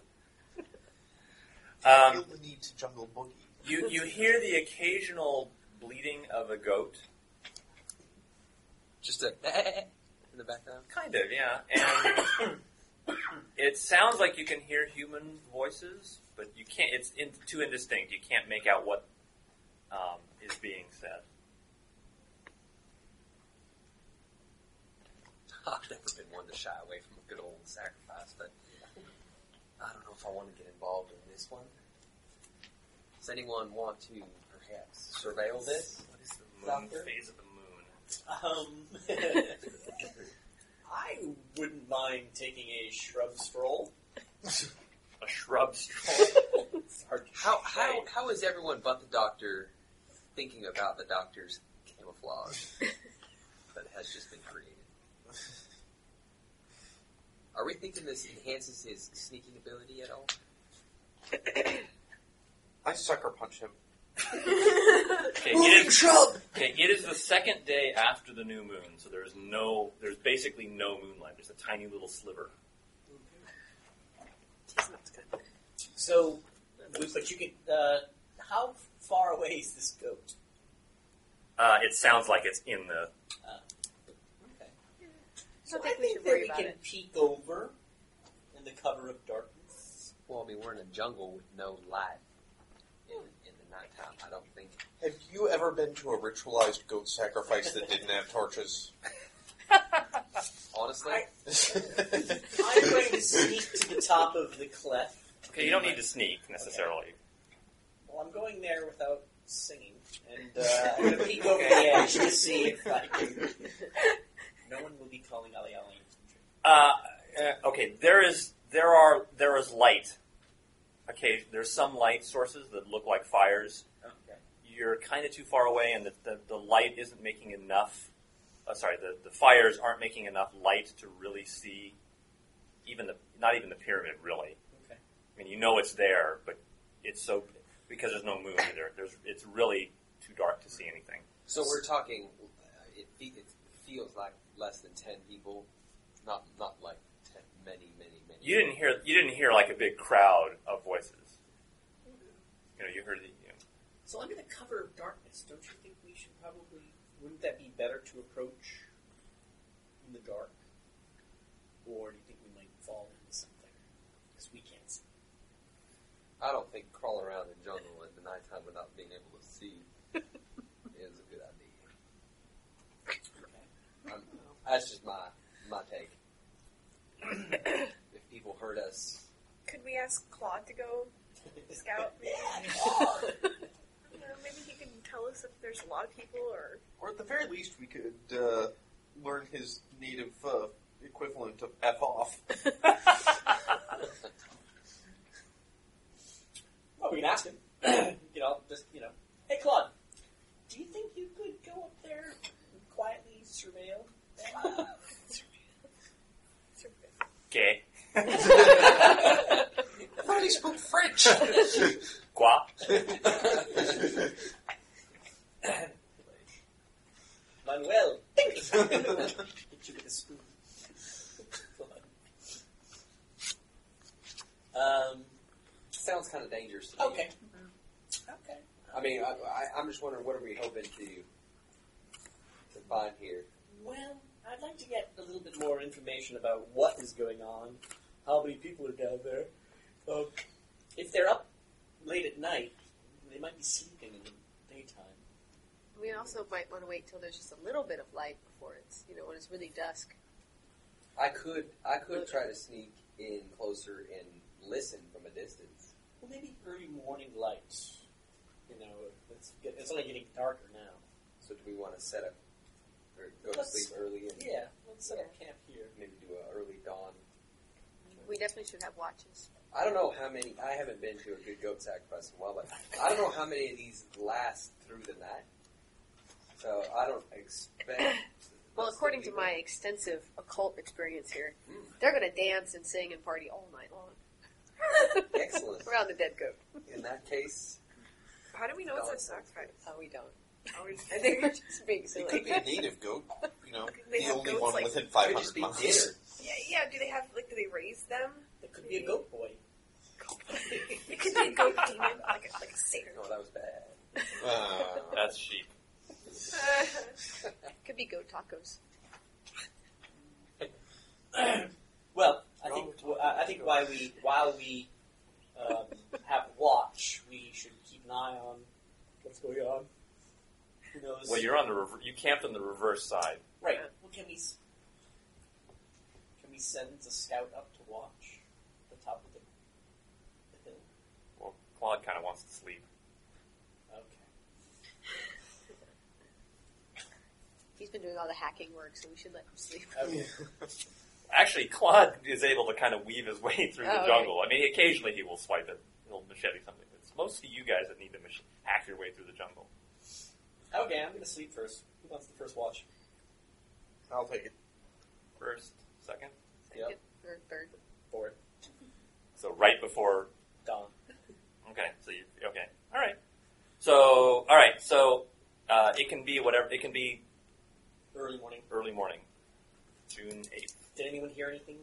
S5: I
S2: Um,
S5: feel the need to jungle boogie.
S2: You you hear the occasional bleating of a goat,
S4: Just a in the background.
S2: kind of, yeah, and it sounds like you can hear human voices, but you can't. It's in, too indistinct. You can't make out what um, is being said.
S4: I've never been one to shy away from a good old sacrifice, but I don't know if I want to get involved in this one. Does anyone want to perhaps surveil this?
S2: What is the moon
S4: Doctor?
S2: phase of the moon?
S3: Um, I wouldn't mind taking a shrub stroll.
S2: A shrub stroll.
S3: It's hard to
S4: How how
S3: say.
S4: how is everyone but the doctor thinking about the doctor's camouflage that has just been created? Are we thinking this enhances his sneaking ability at all?
S5: I sucker punch him.
S2: okay, it is, okay, it is the second day after the new moon, so there is no, there's basically no moonlight. There's a tiny little sliver.
S6: Jeez, that's good.
S3: So, but but you could. Uh, how far away is this goat?
S2: Uh, it sounds like it's in the
S3: Okay.
S6: I don't think we should worry about
S3: can
S6: it.
S3: peek over in the cover of darkness.
S4: Well, I mean, we're in a jungle with no light in, in the nighttime. I don't think.
S5: Have you ever been to a ritualized goat sacrifice that didn't have torches?
S4: Honestly,
S3: I- I'm going to sneak to the top of the cleft.
S2: Okay, you don't need to sneak necessarily.
S3: Well, I'm going there without singing, and uh, I'm going to peek over the edge to see if I can. No one will be calling Ali Ali.
S2: Uh, uh, okay, there is there are there is light. Okay, there's some light sources that look like fires.
S3: Okay.
S2: You're kind of too far away, and the, the, the light isn't making enough. Uh, sorry, the, the fires aren't making enough light to really see even the not even the pyramid really.
S3: Okay.
S2: I mean, you know it's there, but it's so because there's no moon either. There's it's really too dark to see anything.
S4: So we're talking. Uh, it, fe- it feels like less than ten people, not not like ten, many, many, many.
S2: You didn't hear you didn't hear like a big crowd of voices. You know, you heard the. You know,
S3: So under the cover of darkness, don't you think we should probably? Wouldn't that be better to approach in the dark? Or do you think we might fall into something because we can't see?
S4: I don't think crawling around in jungle in the nighttime without being able to see is a good idea. Um, that's just my my take. if people heard us,
S8: Could we ask Claude to go scout? You know, maybe he can tell us if there's a lot of people or.
S5: Or at the very least, we could uh, learn his native uh, equivalent of F off.
S3: Well, we can ask him. you know, just you know. Hey, Claude, do you think you could go up there and quietly surveil? them?"
S2: gay.
S4: I thought he spoke French.
S2: Qua.
S3: Manuel, hit you with a spoon. um.
S4: Sounds kind of dangerous. To me.
S3: Okay. Okay.
S4: I mean, I, I, I'm just wondering what are we hoping to to find here?
S3: Well, I'd like to get a little bit more information about what is going on, how many people are down there. Um, if they're up late at night, they might be sleeping in the daytime.
S6: We also might want to wait till there's just a little bit of light before it's, you know, when it's really dusk.
S4: I could I could try to sneak in closer and listen from a distance.
S3: Well, maybe early morning light. You know, it's, get, it's only getting darker now.
S4: So do we want to set up or go
S3: Let's-
S4: to sleep early and
S3: Yeah, let's set up camp here.
S4: maybe do an early dawn?
S6: We definitely should have watches.
S4: I don't know how many. I haven't been to a good goat sacrifice in a while, but I don't know how many of these last through the night. So I don't expect.
S6: Well,
S4: us
S6: according to
S4: be-
S6: my extensive occult experience here, they're going to dance and sing and party all night long.
S4: excellent.
S6: Around the dead goat.
S4: In that case,
S8: How do we know it's a sacrifice?
S6: Oh, we don't.
S8: Oh, we just-
S6: I think we're just being
S5: It could
S6: silly.
S5: be a native goat, you know,
S8: They
S5: the
S8: have
S5: only
S8: goats
S5: one
S8: like-
S5: within
S4: it could
S5: 500
S4: just be
S5: miles.
S4: dinner.
S8: Yeah, yeah. Do they have like? Do they raise them?
S3: There could be a goat boy.
S8: It could be a goat demon, like a, like a satyr.
S4: No, that was bad.
S5: Uh,
S2: That's sheep.
S6: could be goat tacos.
S3: Well, I think
S4: Wrong
S3: well, I I think while we while we um, have watch, we should keep an eye on what's going on. Who knows?
S2: Well, you're on the rever- you camped on the reverse side.
S3: right. Uh, Well, can we s- can we send the scout up to watch the top of the, the hill?
S2: Well, Claude kind of wants to sleep.
S3: Okay.
S6: He's been doing all the hacking work, so we should let him sleep.
S2: Oh,
S3: Okay.
S2: Actually, Claude is able to kind of weave his way through
S6: Oh,
S2: the
S6: okay.
S2: jungle. I mean, occasionally he will swipe it. He'll machete something. It's mostly you guys that need to mach- hack your way through the jungle.
S3: okay, I'm gonna sleep first. Who wants the first watch?
S5: I'll take it.
S2: First, second.
S3: Yep.
S6: Or third.
S3: Fourth.
S2: So right before
S3: Dawn.
S2: Okay, so you okay? All right. So all right. So uh, it can be whatever. It can be
S3: Early morning.
S2: early morning, June eighth.
S3: Did anyone hear anything?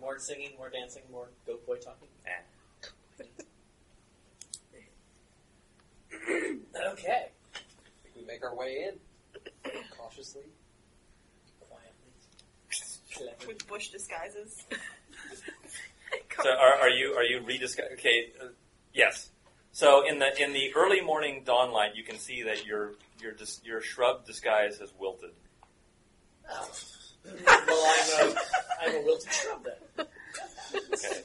S3: More singing, more dancing, more goat boy talking? Okay.
S4: We make our way in cautiously.
S3: Quietly. Clever.
S8: with bush disguises.
S2: So are, are you are you rediscuss? Okay. Uh, yes. So in the in the early morning dawn light, you can see that your your dis, your shrub disguise has wilted.
S3: Oh. well, I'm a, I'm a wilted shrub then.
S2: Okay.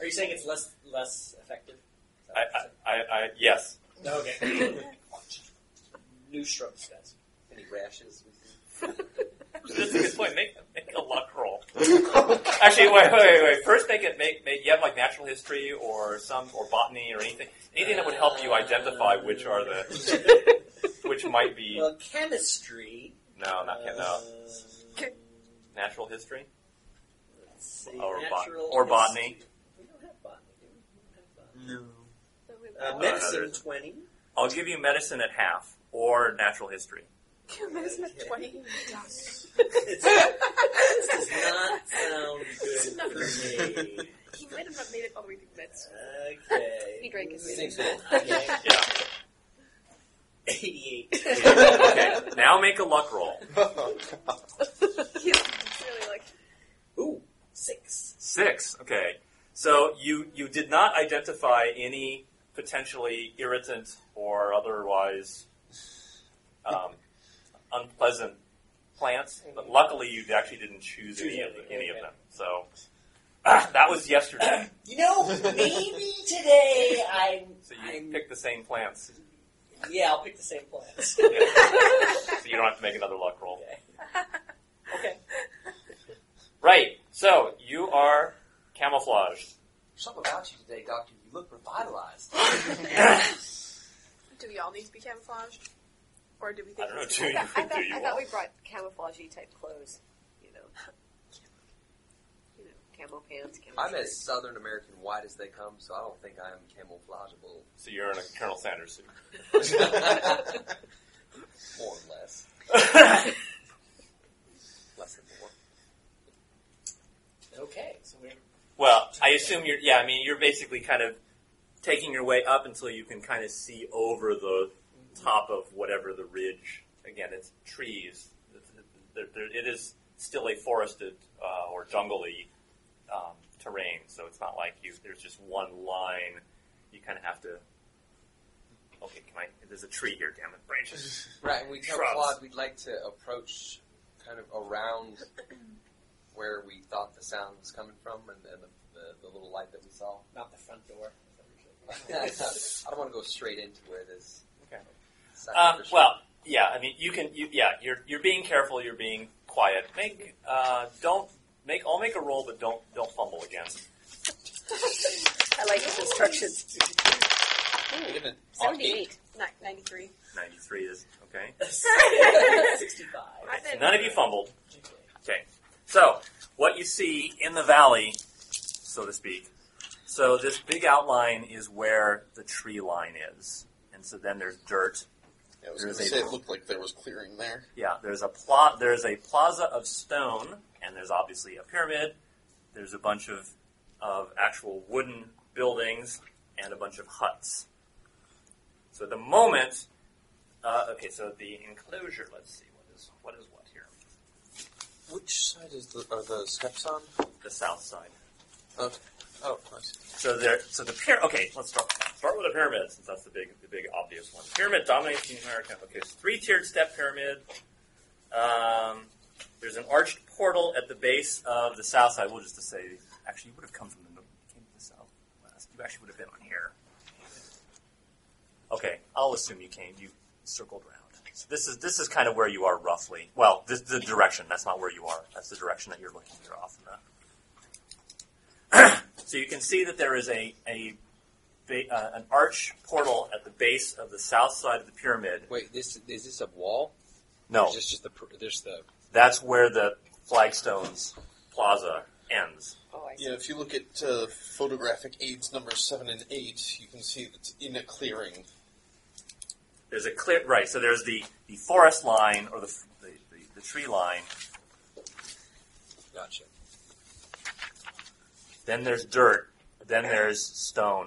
S3: Are you saying it's less less effective? Is that
S2: I,
S3: what you're
S2: I, I, I yes.
S3: saying? okay. New shrubs, guys.
S4: Any rashes? We see?
S2: That's a good point. Make make a luck roll. Actually, wait, wait, wait, wait. First, make it make, make you have like natural history or some or botany or anything anything that would help you identify which are the which might be
S3: Well, chemistry.
S2: no not chem- no
S3: Uh,
S2: natural history
S3: let's see,
S2: or bot-
S3: natural
S2: or
S3: history.
S2: botany.
S3: We don't have botany. do
S5: No.
S6: Don't move
S2: Uh,
S6: that.
S2: medicine
S3: medicine 20.
S2: I'll give you medicine at half or natural history.
S8: medicine at 20.
S3: This does not sound good for me.
S6: he might have not made it all the way through medicine. He
S3: Okay.
S6: drank his
S4: Six
S6: medicine.
S4: more.
S3: Okay.
S2: Yeah.
S3: 88.
S2: Okay. now make a luck roll.
S4: Oh,
S6: He's really like,
S3: Ooh, 6.
S2: Six. Okay. So you you did not identify any potentially irritant or otherwise um, unpleasant plants, but luckily you actually didn't choose any of, any of them. So ah, that was yesterday.
S3: You know, maybe today I'm.
S2: So you
S3: I'm
S2: picked the same plants.
S3: yeah, I'll pick the same plants.
S2: Yeah. So you don't have to make another luck roll.
S3: Okay.
S2: Right. So you are camouflaged.
S4: Something about you today, Doctor. You look revitalized.
S8: Do we all need to be camouflaged? Or do we
S2: I
S8: think
S2: don't know.
S8: it's
S2: Do
S6: I
S2: you,
S6: thought, I
S2: do
S6: thought,
S2: you
S6: I
S2: want-
S6: thought we brought camouflagey type clothes, you know. You know, camo pants, camo
S4: I'm as
S6: shirts.
S4: Southern American white as they come, so I don't think I'm camouflageable.
S2: So you're in a Colonel Sanders suit.
S4: More or less. Less than more.
S3: Okay, so we're.
S2: Well, I assume you're. Yeah, I mean, you're basically kind of taking your way up until you can kind of see over the top of whatever the ridge. Again, it's trees. It's- there- there- It is still a forested uh, or jungly um, terrain, so it's not like you. There's just one line. You kind of have to. Okay, can I? There's a tree here. Damn it, branches.
S4: Right, and we tell
S2: Shrubs.
S4: Claude we'd like to approach kind of around where we thought the sound was coming from and, and the, the, the little light that we saw.
S3: Not the front door.
S4: I don't want to go straight into it as
S2: Okay. Um,
S4: sacrificial.
S2: well, yeah. I mean, you can. You, yeah, you're you're being careful. You're being quiet. Make uh, don't make. I'll make a roll, but don't don't fumble again.
S6: I like his instructions.
S5: Wait a minute.
S6: 78.
S8: Ni- 93.
S2: Ninety three is okay.
S3: 65.
S8: I did.
S2: None of you fumbled.
S3: Okay.
S2: Okay. So what you see in the valley, so to speak. So this big outline is where the tree line is, and so then there's dirt
S5: Yeah, I was
S2: There
S5: going to
S2: is a-
S5: say it looked like there was clearing there.
S2: Yeah, there's a plot. There's a plaza of stone, and there's obviously a pyramid. There's a bunch of of actual wooden buildings and a bunch of huts. So at the moment, uh, okay. So the enclosure. Let's see what is what is what here.
S4: Which side is the, are the steps on?
S2: The south side.
S4: Oh, nice.
S2: So there. So the pyramid. Okay, let's start start with the pyramid since that's the big the big obvious one. Pyramid dominates the entire campus. Okay, three tiered step pyramid. Um, there's an arched portal at the base of the south side. We'll just say, actually, you would have come from the north. You came to the south west. You actually would have been on here. Okay, I'll assume you came. You circled around. So this is this is kind of where you are roughly. Well, this the direction. That's not where you are. That's the direction that you're looking. You're off in the so you can see that there is a, a ba- uh, an arch portal at the base of the south side of the pyramid.
S4: Wait, this is this a wall?
S2: No,
S4: Is this just the pr- there's the
S2: that's where the flagstones plaza ends.
S6: Oh, I see.
S5: Yeah, if you look at uh, photographic aids number seven and eight, you can see that it's in a clearing.
S2: There's a clear right. So there's the, the forest line or the, f- the, the, the tree line.
S4: gotcha.
S2: Then there's dirt. Then there's stone.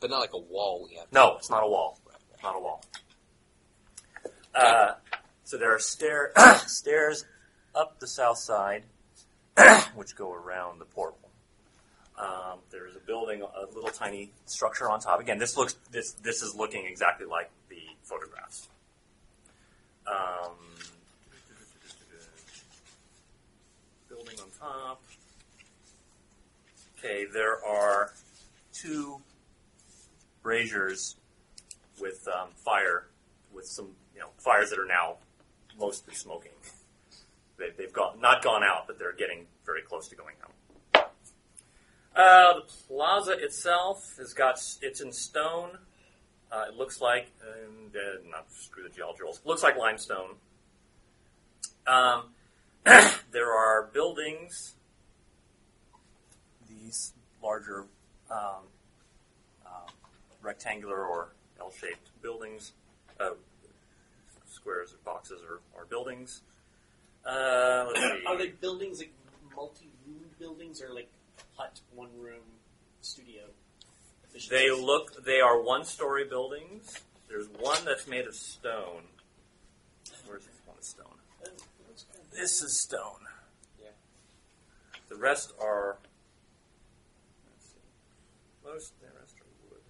S4: But not like a wall we have.
S2: No, it's not a wall. It's not a wall. Uh, so there are stair stairs up the south side, which go around the portal. Um, there is a building, a little tiny structure on top. Again, this looks this this is looking exactly like the photographs. Um, building on top. Okay, there are two braziers with um, fire, with some you know fires that are now mostly smoking. They, they've gone not gone out, but they're getting very close to going out. Uh, the plaza itself has got s- it's in stone. Uh, it looks like and, uh, not screw the geology rolls. Looks like limestone. Um, there are buildings. These larger um, um, rectangular or L-shaped buildings, uh, squares or boxes or, or buildings. Uh, let's see.
S3: Are they buildings like multi-room buildings or like hut, one room, studio? fish and
S2: They
S3: chips?
S2: look. They are one-story buildings. There's one that's made of stone. Where's this one? It's stone.
S3: Uh, that's kind of-
S2: This is stone.
S4: Yeah.
S2: The rest are. Let's see. Most the rest are wood.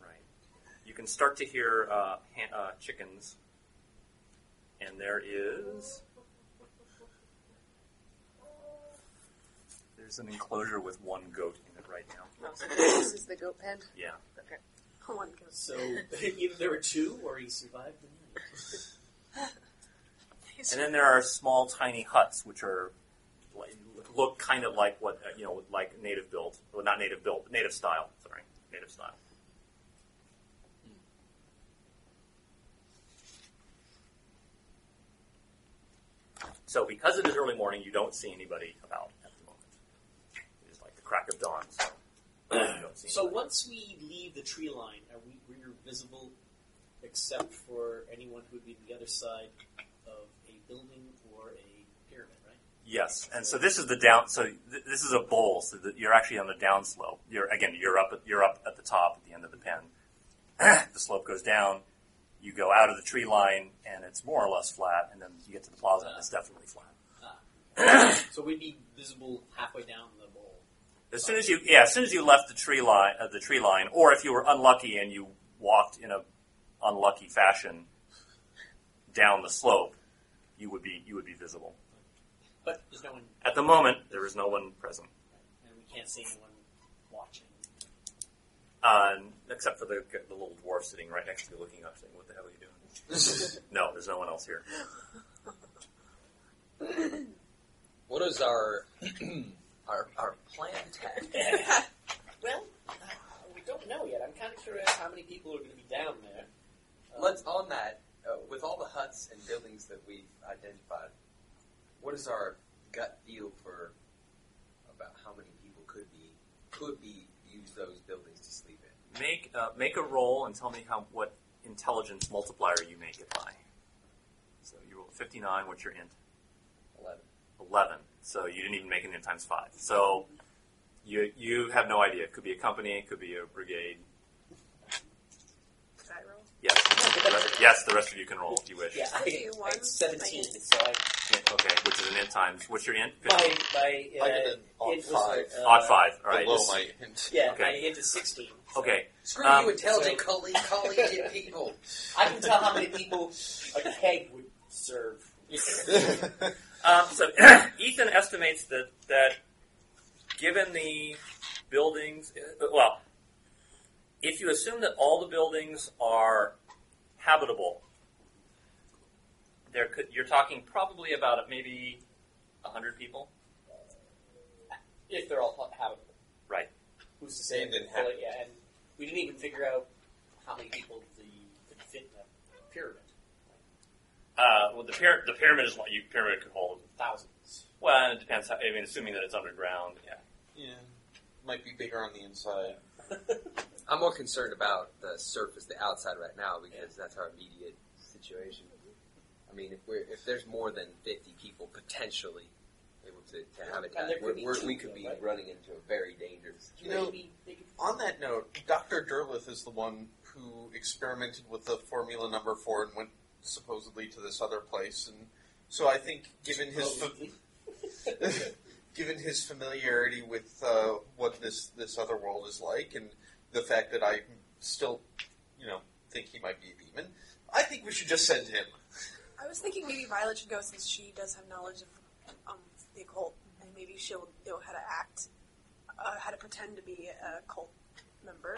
S2: Right. You can start to hear uh, han- uh, chickens, and there is. There's an enclosure with one goat in it right now.
S6: No, Oh, so this is the goat pen.
S2: Yeah.
S6: Okay. Oh, one goat.
S3: So either there were two, or he survived the night.
S2: And then there are small, tiny huts, which are like, look kind of like what uh, you know, like native built, well, not native built, but native style. Sorry, native style. So, because it is early morning, you don't see anybody about at the moment. It is like the crack of dawn, so you don't see.
S3: So
S2: anybody.
S3: once we leave the tree line, are we we're visible, except for anyone who would be the other side of a building or a pyramid, right?
S2: Yes, and so this is the down. So th- this is a bowl. So that you're actually on the down slope. You're again. You're up. At, you're up at the top at the end of the pen. the slope goes down. You go out of the tree line, and it's more or less flat. And then you get to the plaza, and it's definitely flat.
S3: So we'd be visible halfway down the bowl.
S2: As soon as you, yeah, as soon as you left the tree line, uh, the tree line, or if you were unlucky and you walked in a unlucky fashion down the slope, you would be you would be visible.
S3: But there's no one,
S2: At the moment, there is no one present.
S3: and we can't see anyone watching.
S2: Uh, except for the, the little dwarf sitting right next to you looking up saying, what the hell are you doing? no, there's no one else here.
S4: What is our our our plan?
S3: well, uh, we don't know yet. I'm kind of curious how many people are going to be down there. Uh,
S4: Let's on that uh, with all the huts and buildings that we've identified. What is our gut feel for about how many people could be could be use those buildings to sleep in?
S2: Make, uh, make a roll and tell me how what intelligence multiplier you make it by. So you rolled 59, what's your int?
S4: Eleven.
S2: 11. So you didn't even make an int times 5. So you, you have no idea. It could be a company, it could be a brigade.
S6: Should I roll?
S2: Yes, the rest, yes, the rest of you can roll if you wish.
S3: yeah, I,
S6: You
S3: I,
S6: won.
S3: seventeen.
S6: I-
S3: So I,
S2: Okay, which is an int times, what's your int?
S3: my my uh,
S5: I did an odd
S3: it was,
S5: five.
S3: uh,
S2: Odd 5, alright.
S5: Below my hint.
S3: Yeah,
S2: Okay.
S3: I hit to sixteen.
S2: Okay,
S4: Screw
S2: Um,
S4: you, intelligent
S3: so-
S4: collie, collegiate people.
S3: I can tell how many people a keg would serve.
S2: Um, so Ethan estimates that that given the buildings, uh, well, if you assume that all the buildings are habitable, there could you're talking probably about maybe hundred people.
S3: if they're all ha- habitable.
S2: Right.
S3: Who's to say?
S5: And
S3: that-
S5: inhabitable.
S3: yeah, and we didn't even figure out how many people the could fit in a pyramid.
S2: Uh, well, the, pyra- the pyramid is what you pyramid could hold.
S3: Thousands.
S2: Well, it depends. How, I mean, assuming that it's underground. Yeah.
S5: Yeah. Might be bigger on the inside.
S4: I'm more concerned about the surface, the outside right now, because that's our immediate situation. I mean, if we're if there's more than 50 people potentially able to, to have it,
S3: And there could
S4: we're,
S3: be
S4: we're, we
S3: two,
S4: could be
S3: right?
S4: running into a very dangerous.
S5: You know-
S3: Maybe they could-
S5: On that note, Dr. Derleth is the one who experimented with the formula number four and went supposedly to this other place. And so I think, given his fa- given his familiarity with uh, what this this other world is like, and the fact that I still, you know, think he might be a demon, I think we should just send him.
S8: I was thinking maybe Violet should go since she does have knowledge of um, the occult, and maybe she'll know how to act, uh, how to pretend to be a cult member.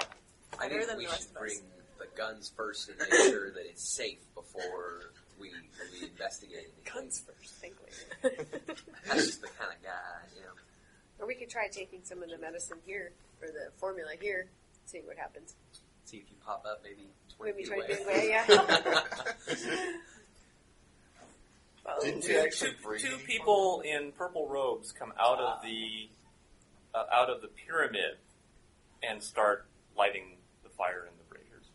S4: I
S8: Better
S4: think
S8: than
S4: we
S8: the rest
S4: should
S8: of us.
S4: bring the guns first and make sure that it's safe before we, we investigate. anything.
S6: Guns first, think later.
S4: That's just the kind of guy, you know.
S6: or we could try taking some of the medicine here, or the formula here, see what happens.
S4: See if you pop up, maybe twenty
S6: Maybe
S4: feet
S6: try to
S4: away.
S6: get away, yeah. Oh.
S5: Didn't
S2: Two,
S5: you actually
S2: two-
S5: breathe?
S2: two people in purple robes come out of the uh, out of the pyramid and start lighting the fire in the braziers.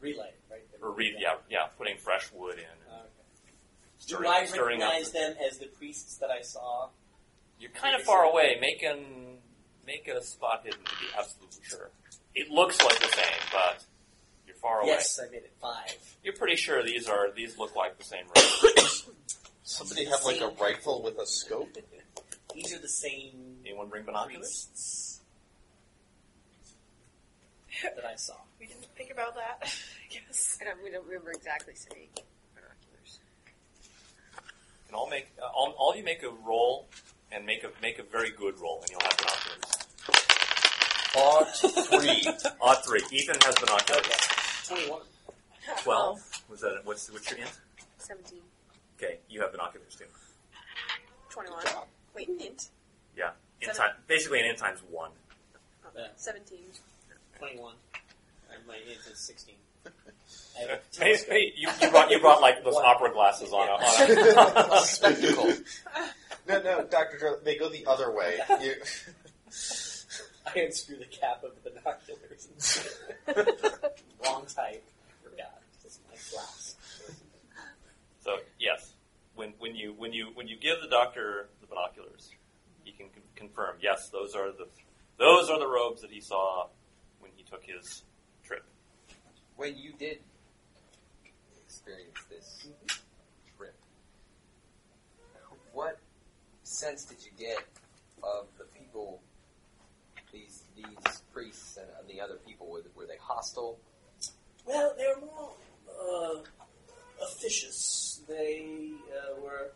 S3: Relay, right? Uh,
S2: Or re- yeah, yeah, putting fresh wood in. And
S3: Okay. Do
S2: stirring,
S3: I
S2: stirring up
S3: recognize
S2: the-
S3: them as the priests that I saw?
S2: You're kind of far away. Make an make a spot hidden to be absolutely sure. It looks like the same, but you're far away.
S3: Yes, I made it five.
S2: You're pretty sure these are these look like the same robes.
S5: Somebody have like a rifle with a scope?
S3: These are the same
S2: Anyone bring binoculars?
S3: priests that I saw.
S8: We didn't think about that, I guess.
S6: I don't, we don't remember exactly saying binoculars.
S2: And all make uh, all, all of you make a roll and make a make a very good roll, and you'll have binoculars.
S5: Ought three.
S2: Odd three. Ethan has binoculars.
S3: Okay, twenty-one.
S2: Twelve. Was that what's what's your int?
S6: 17.
S2: Okay, you have binoculars too.
S8: 21. Wait, int.
S2: Yeah. In
S8: Seven.
S2: time, basically an int times one.
S3: Yeah.
S8: 17.
S3: 21. And my int is 16. I have a
S2: Hey,
S3: telescope.
S2: hey, you, you brought you brought like those
S3: One.
S2: opera glasses on. a- on a-
S5: a spectacle. No, no, Doctor Drew. They go the other way. You,
S3: I unscrew the cap of the binoculars. Wrong type. Forgot. It's my glass.
S2: So yes, when when you when you when you give the doctor the binoculars, he can con- confirm. Yes, those are the those are the robes that he saw when he took his trip.
S4: When you did experience this trip, what sense did you get of the people, these these priests and, and the other people? Were, were they hostile?
S3: Well, they were more uh, officious. They uh, were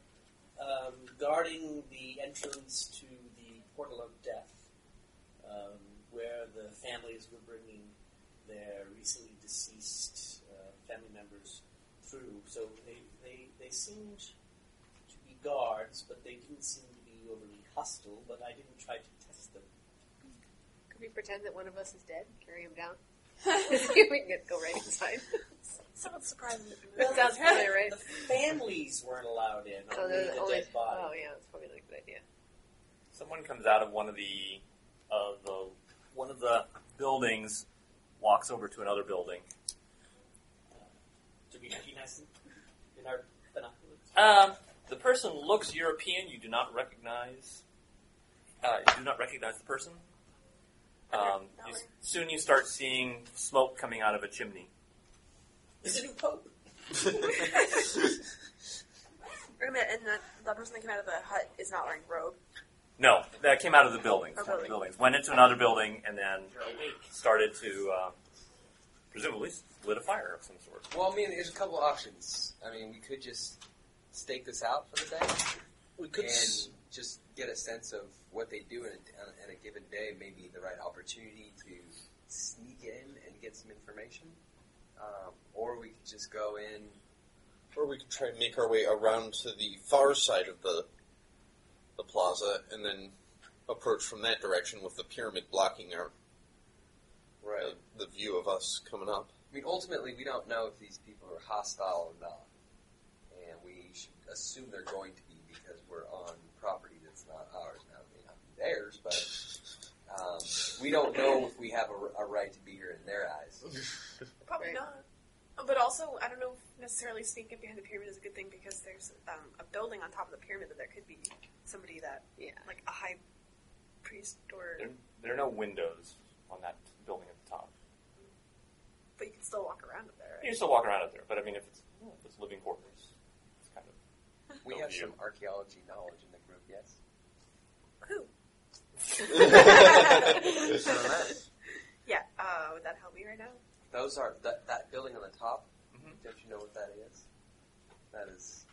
S3: um, guarding the entrance to the portal of death, um, where the families were bringing their recently deceased uh, family members through. So they, they, they seemed to be guards, but they didn't seem to be overly hostile. But I didn't try to test them.
S6: Could we pretend that one of us is dead? Carry him down? See if we can get, go right inside.
S8: Sounds surprising.
S6: That sounds familiar, right?
S3: The families weren't allowed in.
S6: Oh,
S3: Only
S6: they're
S3: the
S6: only-
S3: dead body.
S6: oh, yeah, that's probably a good idea.
S2: Someone comes out of one of the of the one of the buildings, walks over to another building.
S3: Do we recognize them in our binoculars?
S2: Um, the person looks European. You do not recognize. Uh, you do not recognize the person. Um, you, s- soon you start seeing smoke coming out of a chimney.
S3: Is it a pope?
S8: Wait a minute, and the, the person that came out of the hut is not wearing robe.
S2: No, that came out of the building.
S8: Oh,
S2: One of the
S8: building.
S2: buildings went into another building and then started to uh, presumably lit a fire of some sort.
S4: Well, I mean, there's a couple options. I mean, we could just stake this out for the day.
S3: We could.
S4: and just get a sense of what they do in a, on- in a given day. Maybe the right opportunity to sneak in and get some information, um, or we could just go in.
S5: or we could try and make our way around to the far side of the the plaza and then approach from that direction with the pyramid blocking our uh,
S4: Right.
S5: the view of us coming up.
S4: I mean, ultimately, we don't know if these people are hostile or not, and we should assume they're going to be because we're on property that's not ours. Now, it may not be theirs, but um, we don't know if we have a, a right to be here in their eyes.
S8: Probably
S6: Right.
S8: not. Uh, But also, I don't know if necessarily sneaking behind the pyramid is a good thing because there's um, a building on top of the pyramid that there could be somebody that,
S6: Yeah.
S8: like a high priest or.
S2: There, there are no windows on that building at the top.
S8: But you can still walk around up
S2: You
S8: there, right?
S2: can still walk around up there, but I mean, if it's, if it's living quarters, it's kind of
S4: We have some archaeology knowledge in the group, yes.
S8: Who?
S4: I don't know.
S8: Yeah, uh, would that help me right now?
S4: Those are that that building on the top.
S2: Mhm.
S4: Don't you know what that is? That is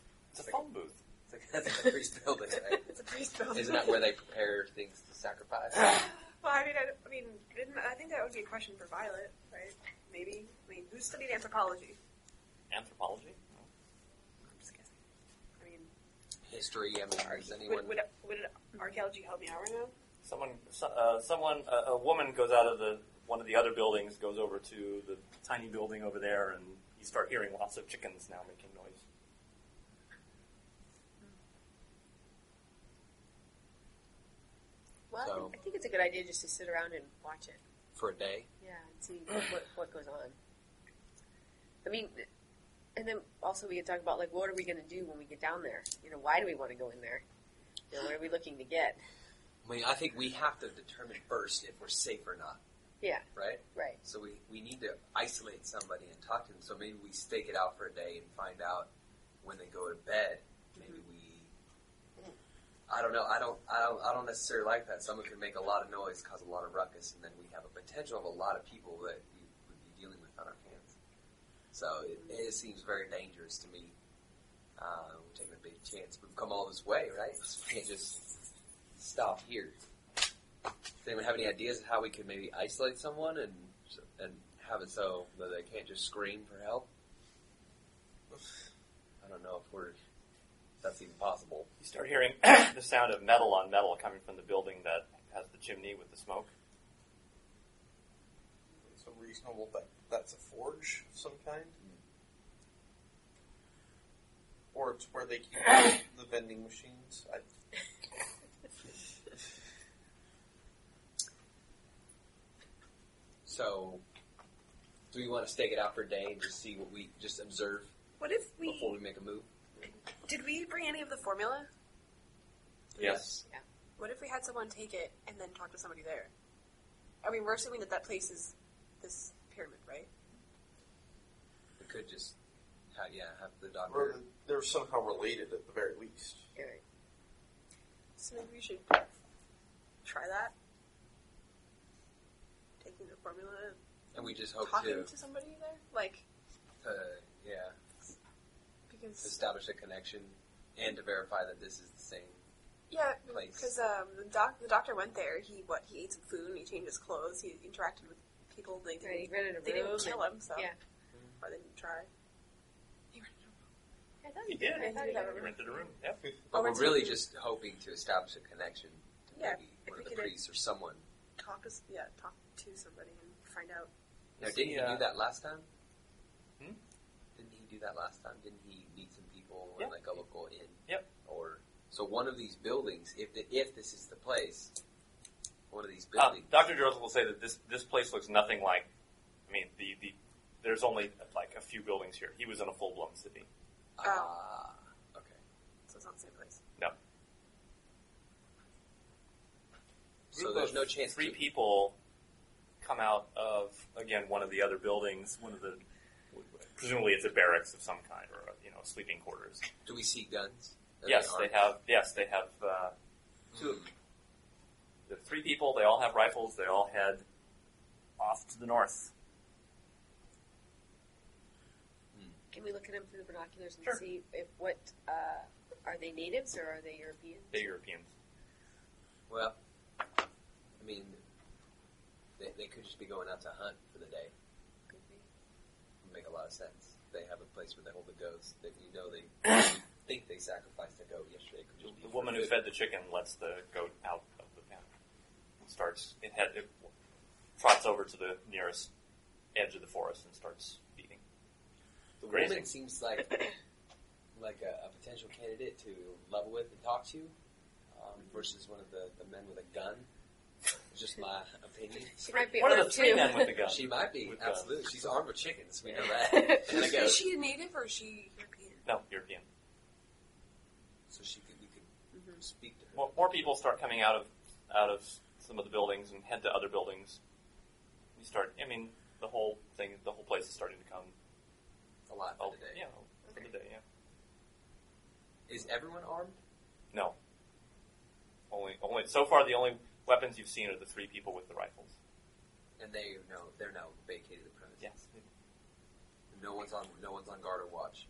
S2: it's a phone booth.
S4: it's like, that's a priest building, right?
S8: It's a priest building.
S4: Isn't that where they prepare things to sacrifice?
S8: Well, I mean, I, don't- I mean, didn't I think that would be a question for Violet, right? Maybe. I mean, who studied anthropology?
S2: Anthropology.
S8: I'm just guessing. I mean,
S4: History. I mean, does anyone?
S8: would, would would archaeology help me out right now?
S2: Someone, so- uh, someone, a, a woman goes out of the one of the other buildings, goes over to the tiny building over there, and you start hearing lots of chickens now making noise.
S6: Well, I
S4: So-
S6: think- I think it's a good idea just to sit around and watch it.
S4: for a day.
S6: Yeah, and see what, what goes on. I mean, and then also we can talk about like what are we going to do when we get down there? You know, why do we want to go in there? You know, what are we looking to get?
S4: I mean, I think we have to determine first if we're safe or not,
S6: Yeah,
S4: right?
S6: right.
S4: So we, we need to isolate somebody and talk to them. So maybe we stake it out for a day and find out when they go to bed. Maybe we. I don't know. I don't. I don't. I don't necessarily like that. Someone can make a lot of noise, cause a lot of ruckus, and then we have a potential of a lot of people that we would be dealing with on our hands. So it, it seems very dangerous to me. Uh, we're taking a big chance. We've come all this way, right? We can't just stop here. Does anyone have any ideas of how we could maybe isolate someone and and have it so that they can't just scream for help? I don't know if we're if that's even possible.
S2: You start hearing the sound of metal on metal coming from the building that has the chimney with the smoke.
S5: It's a reasonable that that's a forge of some kind. Or it's where they keep the vending machines. I,
S4: So, do we want to stake it out for a day and just see what we just observe
S8: What if
S4: before
S8: we
S4: we make a move?
S8: did we bring any of the formula?
S2: Yes.
S8: What if we had someone take it and then talk to somebody there? I mean, we're assuming that that place is this pyramid, right?
S4: We could just, have, yeah, have the doctor.
S5: or they're somehow related at the very least.
S6: All right.
S8: So maybe we should try that. Taking the formula,
S4: And we just hope
S8: talking
S4: to,
S8: to somebody there, like
S4: to, yeah, to
S8: because
S4: establish a connection and to verify that this is the same.
S8: yeah,
S4: Place.
S8: because um, the doc the doctor went there. He what he ate some food and he changed his clothes. He interacted with people. They didn't,
S6: Right, he rented a
S8: they
S6: room
S8: didn't kill
S6: and-
S8: him, so
S6: yeah.
S8: or they didn't try.
S6: I thought
S2: You did.
S6: Oh, I thought you
S8: You did.
S6: did.
S2: You rented a room. Yep.
S4: But
S8: Oh,
S4: we're
S8: we're
S4: really
S8: taking-
S4: just hoping to establish a connection to
S8: Yeah,
S4: maybe
S8: if
S4: one
S8: we
S4: of the
S8: could-
S4: priests or someone.
S8: Talk to s- yeah, talk to somebody and find out.
S4: Now,
S2: Is
S4: didn't
S2: he,
S4: he
S2: uh,
S4: do that last time?
S2: Hmm?
S4: Didn't he do that last time? Didn't he meet some people
S2: Yeah.
S4: in like a local inn?
S2: Yep.
S4: Or so one of these buildings. If the, if this is the place, one of these
S2: Uh,
S4: buildings.
S2: Dr. Joseph will say that this, this place looks nothing like, I mean, the, the there's only like a few buildings here. He was in a full blown city.
S4: Ah, okay.
S8: So it's not the same place.
S4: So
S2: Group
S4: there's
S2: of
S4: no chance.
S2: Three
S4: to,
S2: people come out of, again, one of the other buildings, one of the, presumably it's a barracks of some kind or, you know, sleeping quarters.
S4: do we see guns? Are
S2: yes, they
S4: armed?
S2: have, yes, they have, uh,
S4: Hmm.
S2: the three people, they all have rifles, they all head off to the north.
S6: Can we look at them through the binoculars and
S2: Sure.
S6: see if what uh, are they natives or are they European?
S2: The Europeans.
S4: Well, I mean, they, they could just be going out to hunt for the day.
S6: Could be.
S4: Would make a lot of sense. They have a place where they hold the goats. That you know they think they sacrificed a goat yesterday. It Could just be
S2: The
S4: for
S2: woman who
S4: food.
S2: fed the chicken lets the goat out of the pen. It starts it head it trots over to the nearest edge of the forest and starts feeding.
S4: The
S2: Grazing.
S4: woman seems like like a, a potential candidate to level with and talk to, um, versus one of the, the men with a gun. It's Just my opinion.
S6: She might be
S2: One of
S6: armed
S2: the three
S6: too.
S2: men with the gun.
S4: She might be
S2: With guns.
S4: absolutely. She's armed with chickens. We know that. and a goat.
S8: Is she a native or is she European?
S2: No, European.
S4: So she could we could
S6: Mm-hmm.
S4: speak to her.
S2: More, more people start coming out of out of some of the buildings and head to other buildings. You start. I mean, the whole thing, the whole place is starting to come.
S4: a lot
S2: Oh,
S4: for the day.
S2: you know, for the day. Yeah.
S4: Is everyone armed?
S2: No. Only, only so far the only weapons you've seen are the three people with the rifles.
S4: And they no, they're now vacated the premises.
S2: Yes.
S4: No one's on. No one's on guard or watch.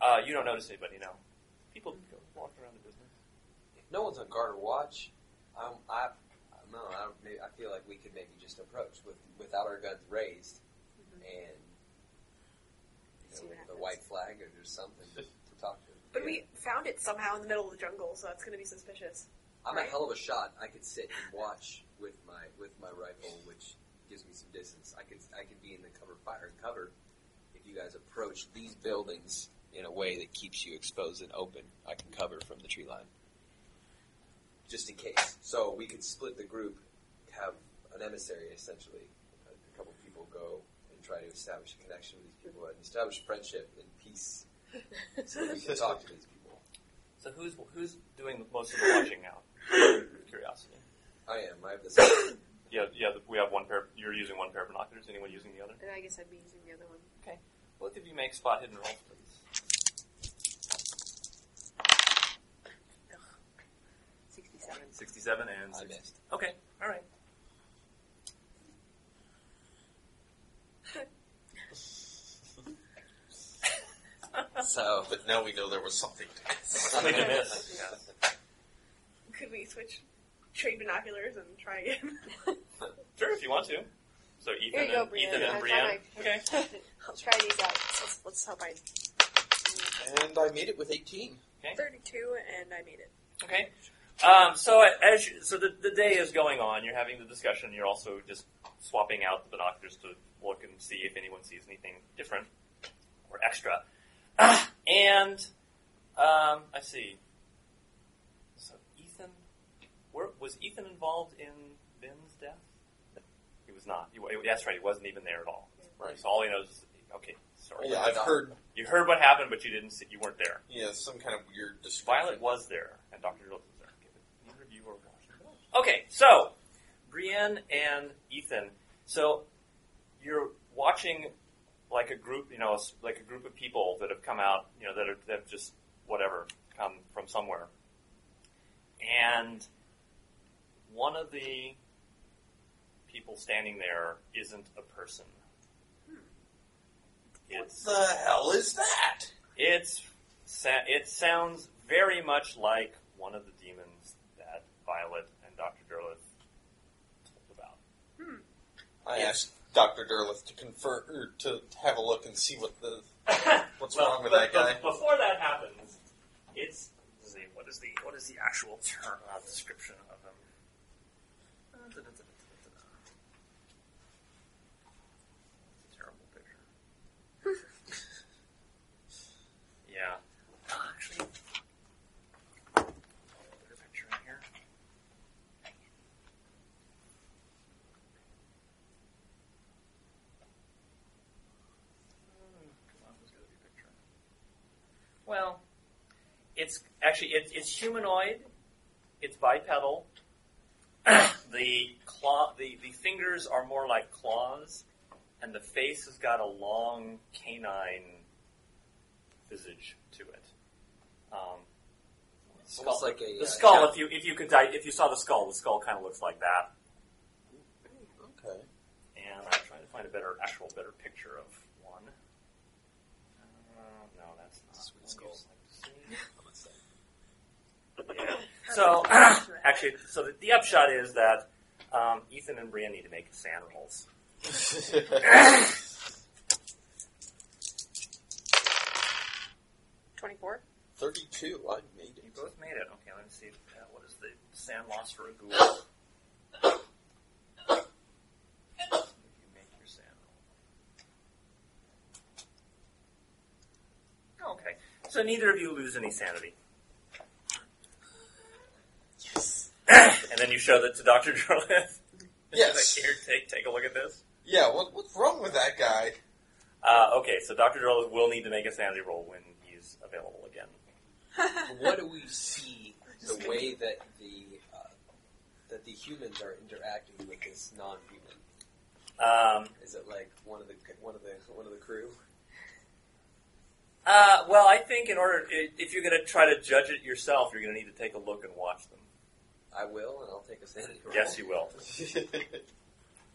S2: Uh, you don't notice anybody now. People go walking around the business.
S4: If no one's on guard or watch, I'm, I, I don't know. I, don't- maybe, I feel like we could maybe just approach with without our guns raised, and
S6: Mm-hmm. See
S4: you know,
S6: what
S4: the
S6: happens.
S4: white flag or there's something to talk to.
S8: But we found it somehow in the middle of the jungle, so that's going to be suspicious.
S4: I'm
S8: right?
S4: a hell of a shot. I could sit and watch with my with my rifle, which gives me some distance. I could I could be in the cover fire and cover. If you guys approach these buildings in a way that keeps you exposed and open, I can cover from the tree line. just in case. So we could split the group, have an emissary essentially. A couple people go and try to establish a connection with these people and establish friendship and peace so that we can talk to these people.
S2: So who's who's doing most of the watching now? Out of curiosity.
S4: I am. I have this.
S2: Yeah, yeah. We have one pair. You're using one pair of binoculars. Anyone using the other?
S6: And I guess I'd be using the other one.
S2: Both of you make spot hidden roll, please.
S6: Sixty-seven.
S2: Sixty-seven and
S4: I
S2: 60.
S4: missed.
S2: Okay, all right.
S4: So
S5: But now we know there was something to miss.
S2: Something to miss. Yeah.
S8: Could we switch, trade binoculars and try again?
S2: Sure, if you want to. So
S6: Here
S2: Ethan
S6: you go,
S2: and,
S6: Brianna.
S2: Ethan and
S6: I
S2: Brienne. Okay.
S6: thought I- I'll try these out. Let's, let's hope I.
S4: And I made it with 18.
S8: Thirty-two, and I made it.
S2: Okay. Um, so as you, so the, the day is going on, you're having the discussion. You're also just swapping out the binoculars to look and see if anyone sees anything different or extra. Ah, and um, I see. So Ethan, were, was Ethan involved in Ben's death? He was not. He, wa- that's right. He wasn't even there at all.
S5: Right.
S2: So all he knows. Is, okay. Sorry.
S5: Yeah, I've heard
S2: You heard what happened, but you didn't. See, you weren't there.
S5: yeah some kind of weird description.
S2: Violet was there, and Dr. Dillon was there. Okay, but neither of you were watching. Okay, so Brienne and Ethan. So you're watching like a group, you know, s- like a group of people that have come out, you know, that have, that have just whatever come from somewhere, and one of the people standing there isn't a person. It's uh,
S5: the hell is that?
S2: it's sa- it sounds very much like one of the demons that Violet and Doctor Derleth told about.
S5: I asked Doctor Derleth to confer er, to have a look and see what the what's
S2: Well,
S5: wrong with
S2: but-
S5: that
S2: but
S5: guy.
S2: Before that happens, it's what is the what is the, what is the actual term uh, description of him? It's a terrible picture. yeah. Uh, Actually, better picture in here. Hmm, come on, there's gotta be a picture. Well, it's actually it, it's humanoid. It's bipedal. the claw, the, the fingers are more like claws, and the face has got a long canine visage to it. Um,
S4: Almost like a.
S2: the
S4: uh,
S2: skull,
S4: cat-
S2: if you if you could di- if you saw the skull, the skull kind of looks like that.
S5: Okay.
S2: And I'm trying to find a better actual better picture of one. Uh, no, that's not
S7: Sweet
S2: one
S7: skull.
S2: you'd like to see. Yeah. So actually, so the, the upshot is that um, Ethan and Brian need to make sand rolls.
S6: Twenty-four.
S5: Thirty-two. I made
S2: You
S5: it.
S2: both made it. Okay, let me see. Uh, what is the sand loss for a ghoul? you make your sand roll. Okay, so neither of you lose any sanity. Yes. and then you show that to Doctor Drolith.
S5: Yes.
S2: Here, take take a look at this.
S5: Yeah. What, what's wrong with that guy?
S2: Uh, okay, so Doctor Drolith will need to make a sanity roll when he's available again.
S8: Oh,
S4: what do we see the way that the uh, that the humans are interacting with this non-human?
S2: Um,
S4: Is it like one of the one of the one of the crew?
S2: Uh, well, I think in order, i- if you're going to try to judge it yourself, you're going to need to take a look and watch them.
S4: I will, and I'll take a sanity roll.
S2: Yes, you will.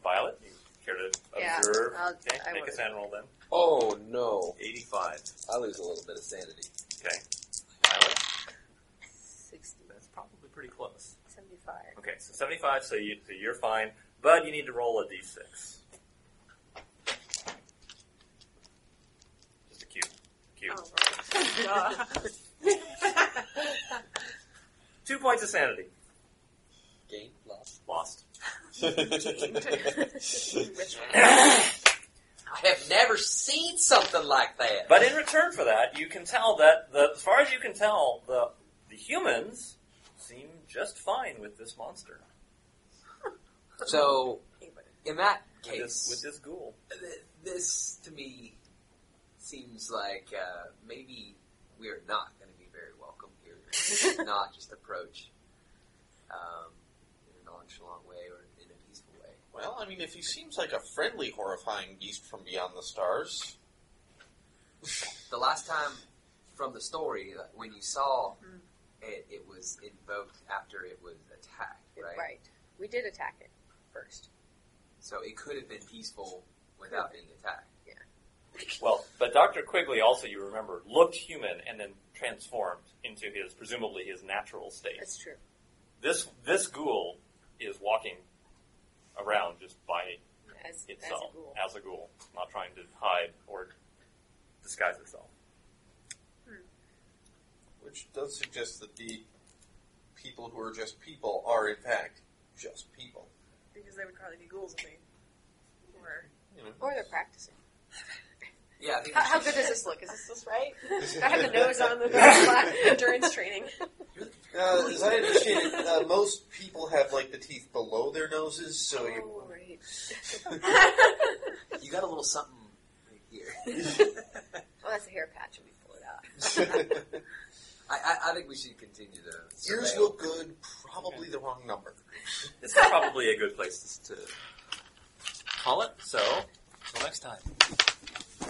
S2: Violet, you care to
S6: Yeah,
S2: observe?
S6: I'll-
S2: okay,
S6: I
S2: make a
S6: would.
S2: sand roll then.
S4: Oh no,
S7: 85.
S4: I lose a little bit of sanity.
S2: Okay. Violet,
S6: Sixty.
S2: that's probably pretty close.
S6: Seventy-five.
S2: Okay, so 75, so, you, so you're fine, but you need to roll a d6. Just a cube. Cube.
S8: Oh, right.
S2: Two points of sanity.
S4: Gain loss.
S2: Lost.
S4: I have never seen something like that.
S2: But in return for that, you can tell that, the, as far as you can tell, the, the humans seem just fine with this monster.
S4: So,
S8: Anybody.
S4: in that
S2: With this,
S4: case,
S2: with this ghoul.
S4: th- this to me seems like uh, maybe we're not going to be very welcome here. We should not just approach um, in a nonchalant way or in a peaceful way.
S5: Well, I mean, if he seems like a friendly, horrifying beast from beyond the stars,
S4: The last time from the story, like, when you saw it, it was invoked after it was attacked, right?
S6: Mm-hmm. Right. We did attack it first.
S4: So it could have been peaceful without being attacked.
S2: Well, but Dr. Quigley also, you remember, looked human and then transformed into his, presumably his natural state.
S6: That's true.
S2: This, this ghoul is walking around just by
S6: As, as
S2: itself
S6: a ghoul.
S2: as a ghoul, not trying to hide or disguise itself.
S5: which does suggest that the people who are just people are, in fact, just people.
S8: Because they would probably be ghouls if they were.
S5: You know,
S6: Or they're practicing.
S4: Yeah, I think
S6: How,
S4: we
S6: how
S4: should-
S6: good is this look? Is this
S8: Is this right?
S6: I have the nose on the glass.
S8: Endurance training.
S5: Uh, as I understand it, uh, most people have like the teeth below their noses, so you.
S6: Oh, right.
S4: You got a little something right here.
S6: Oh, that's a hair patch. Let me pull it out.
S4: I, I, I think we should continue to.
S5: Ears
S4: surveil.
S5: look good, probably the wrong number.
S2: This is probably a good place to, to call it, so until next time.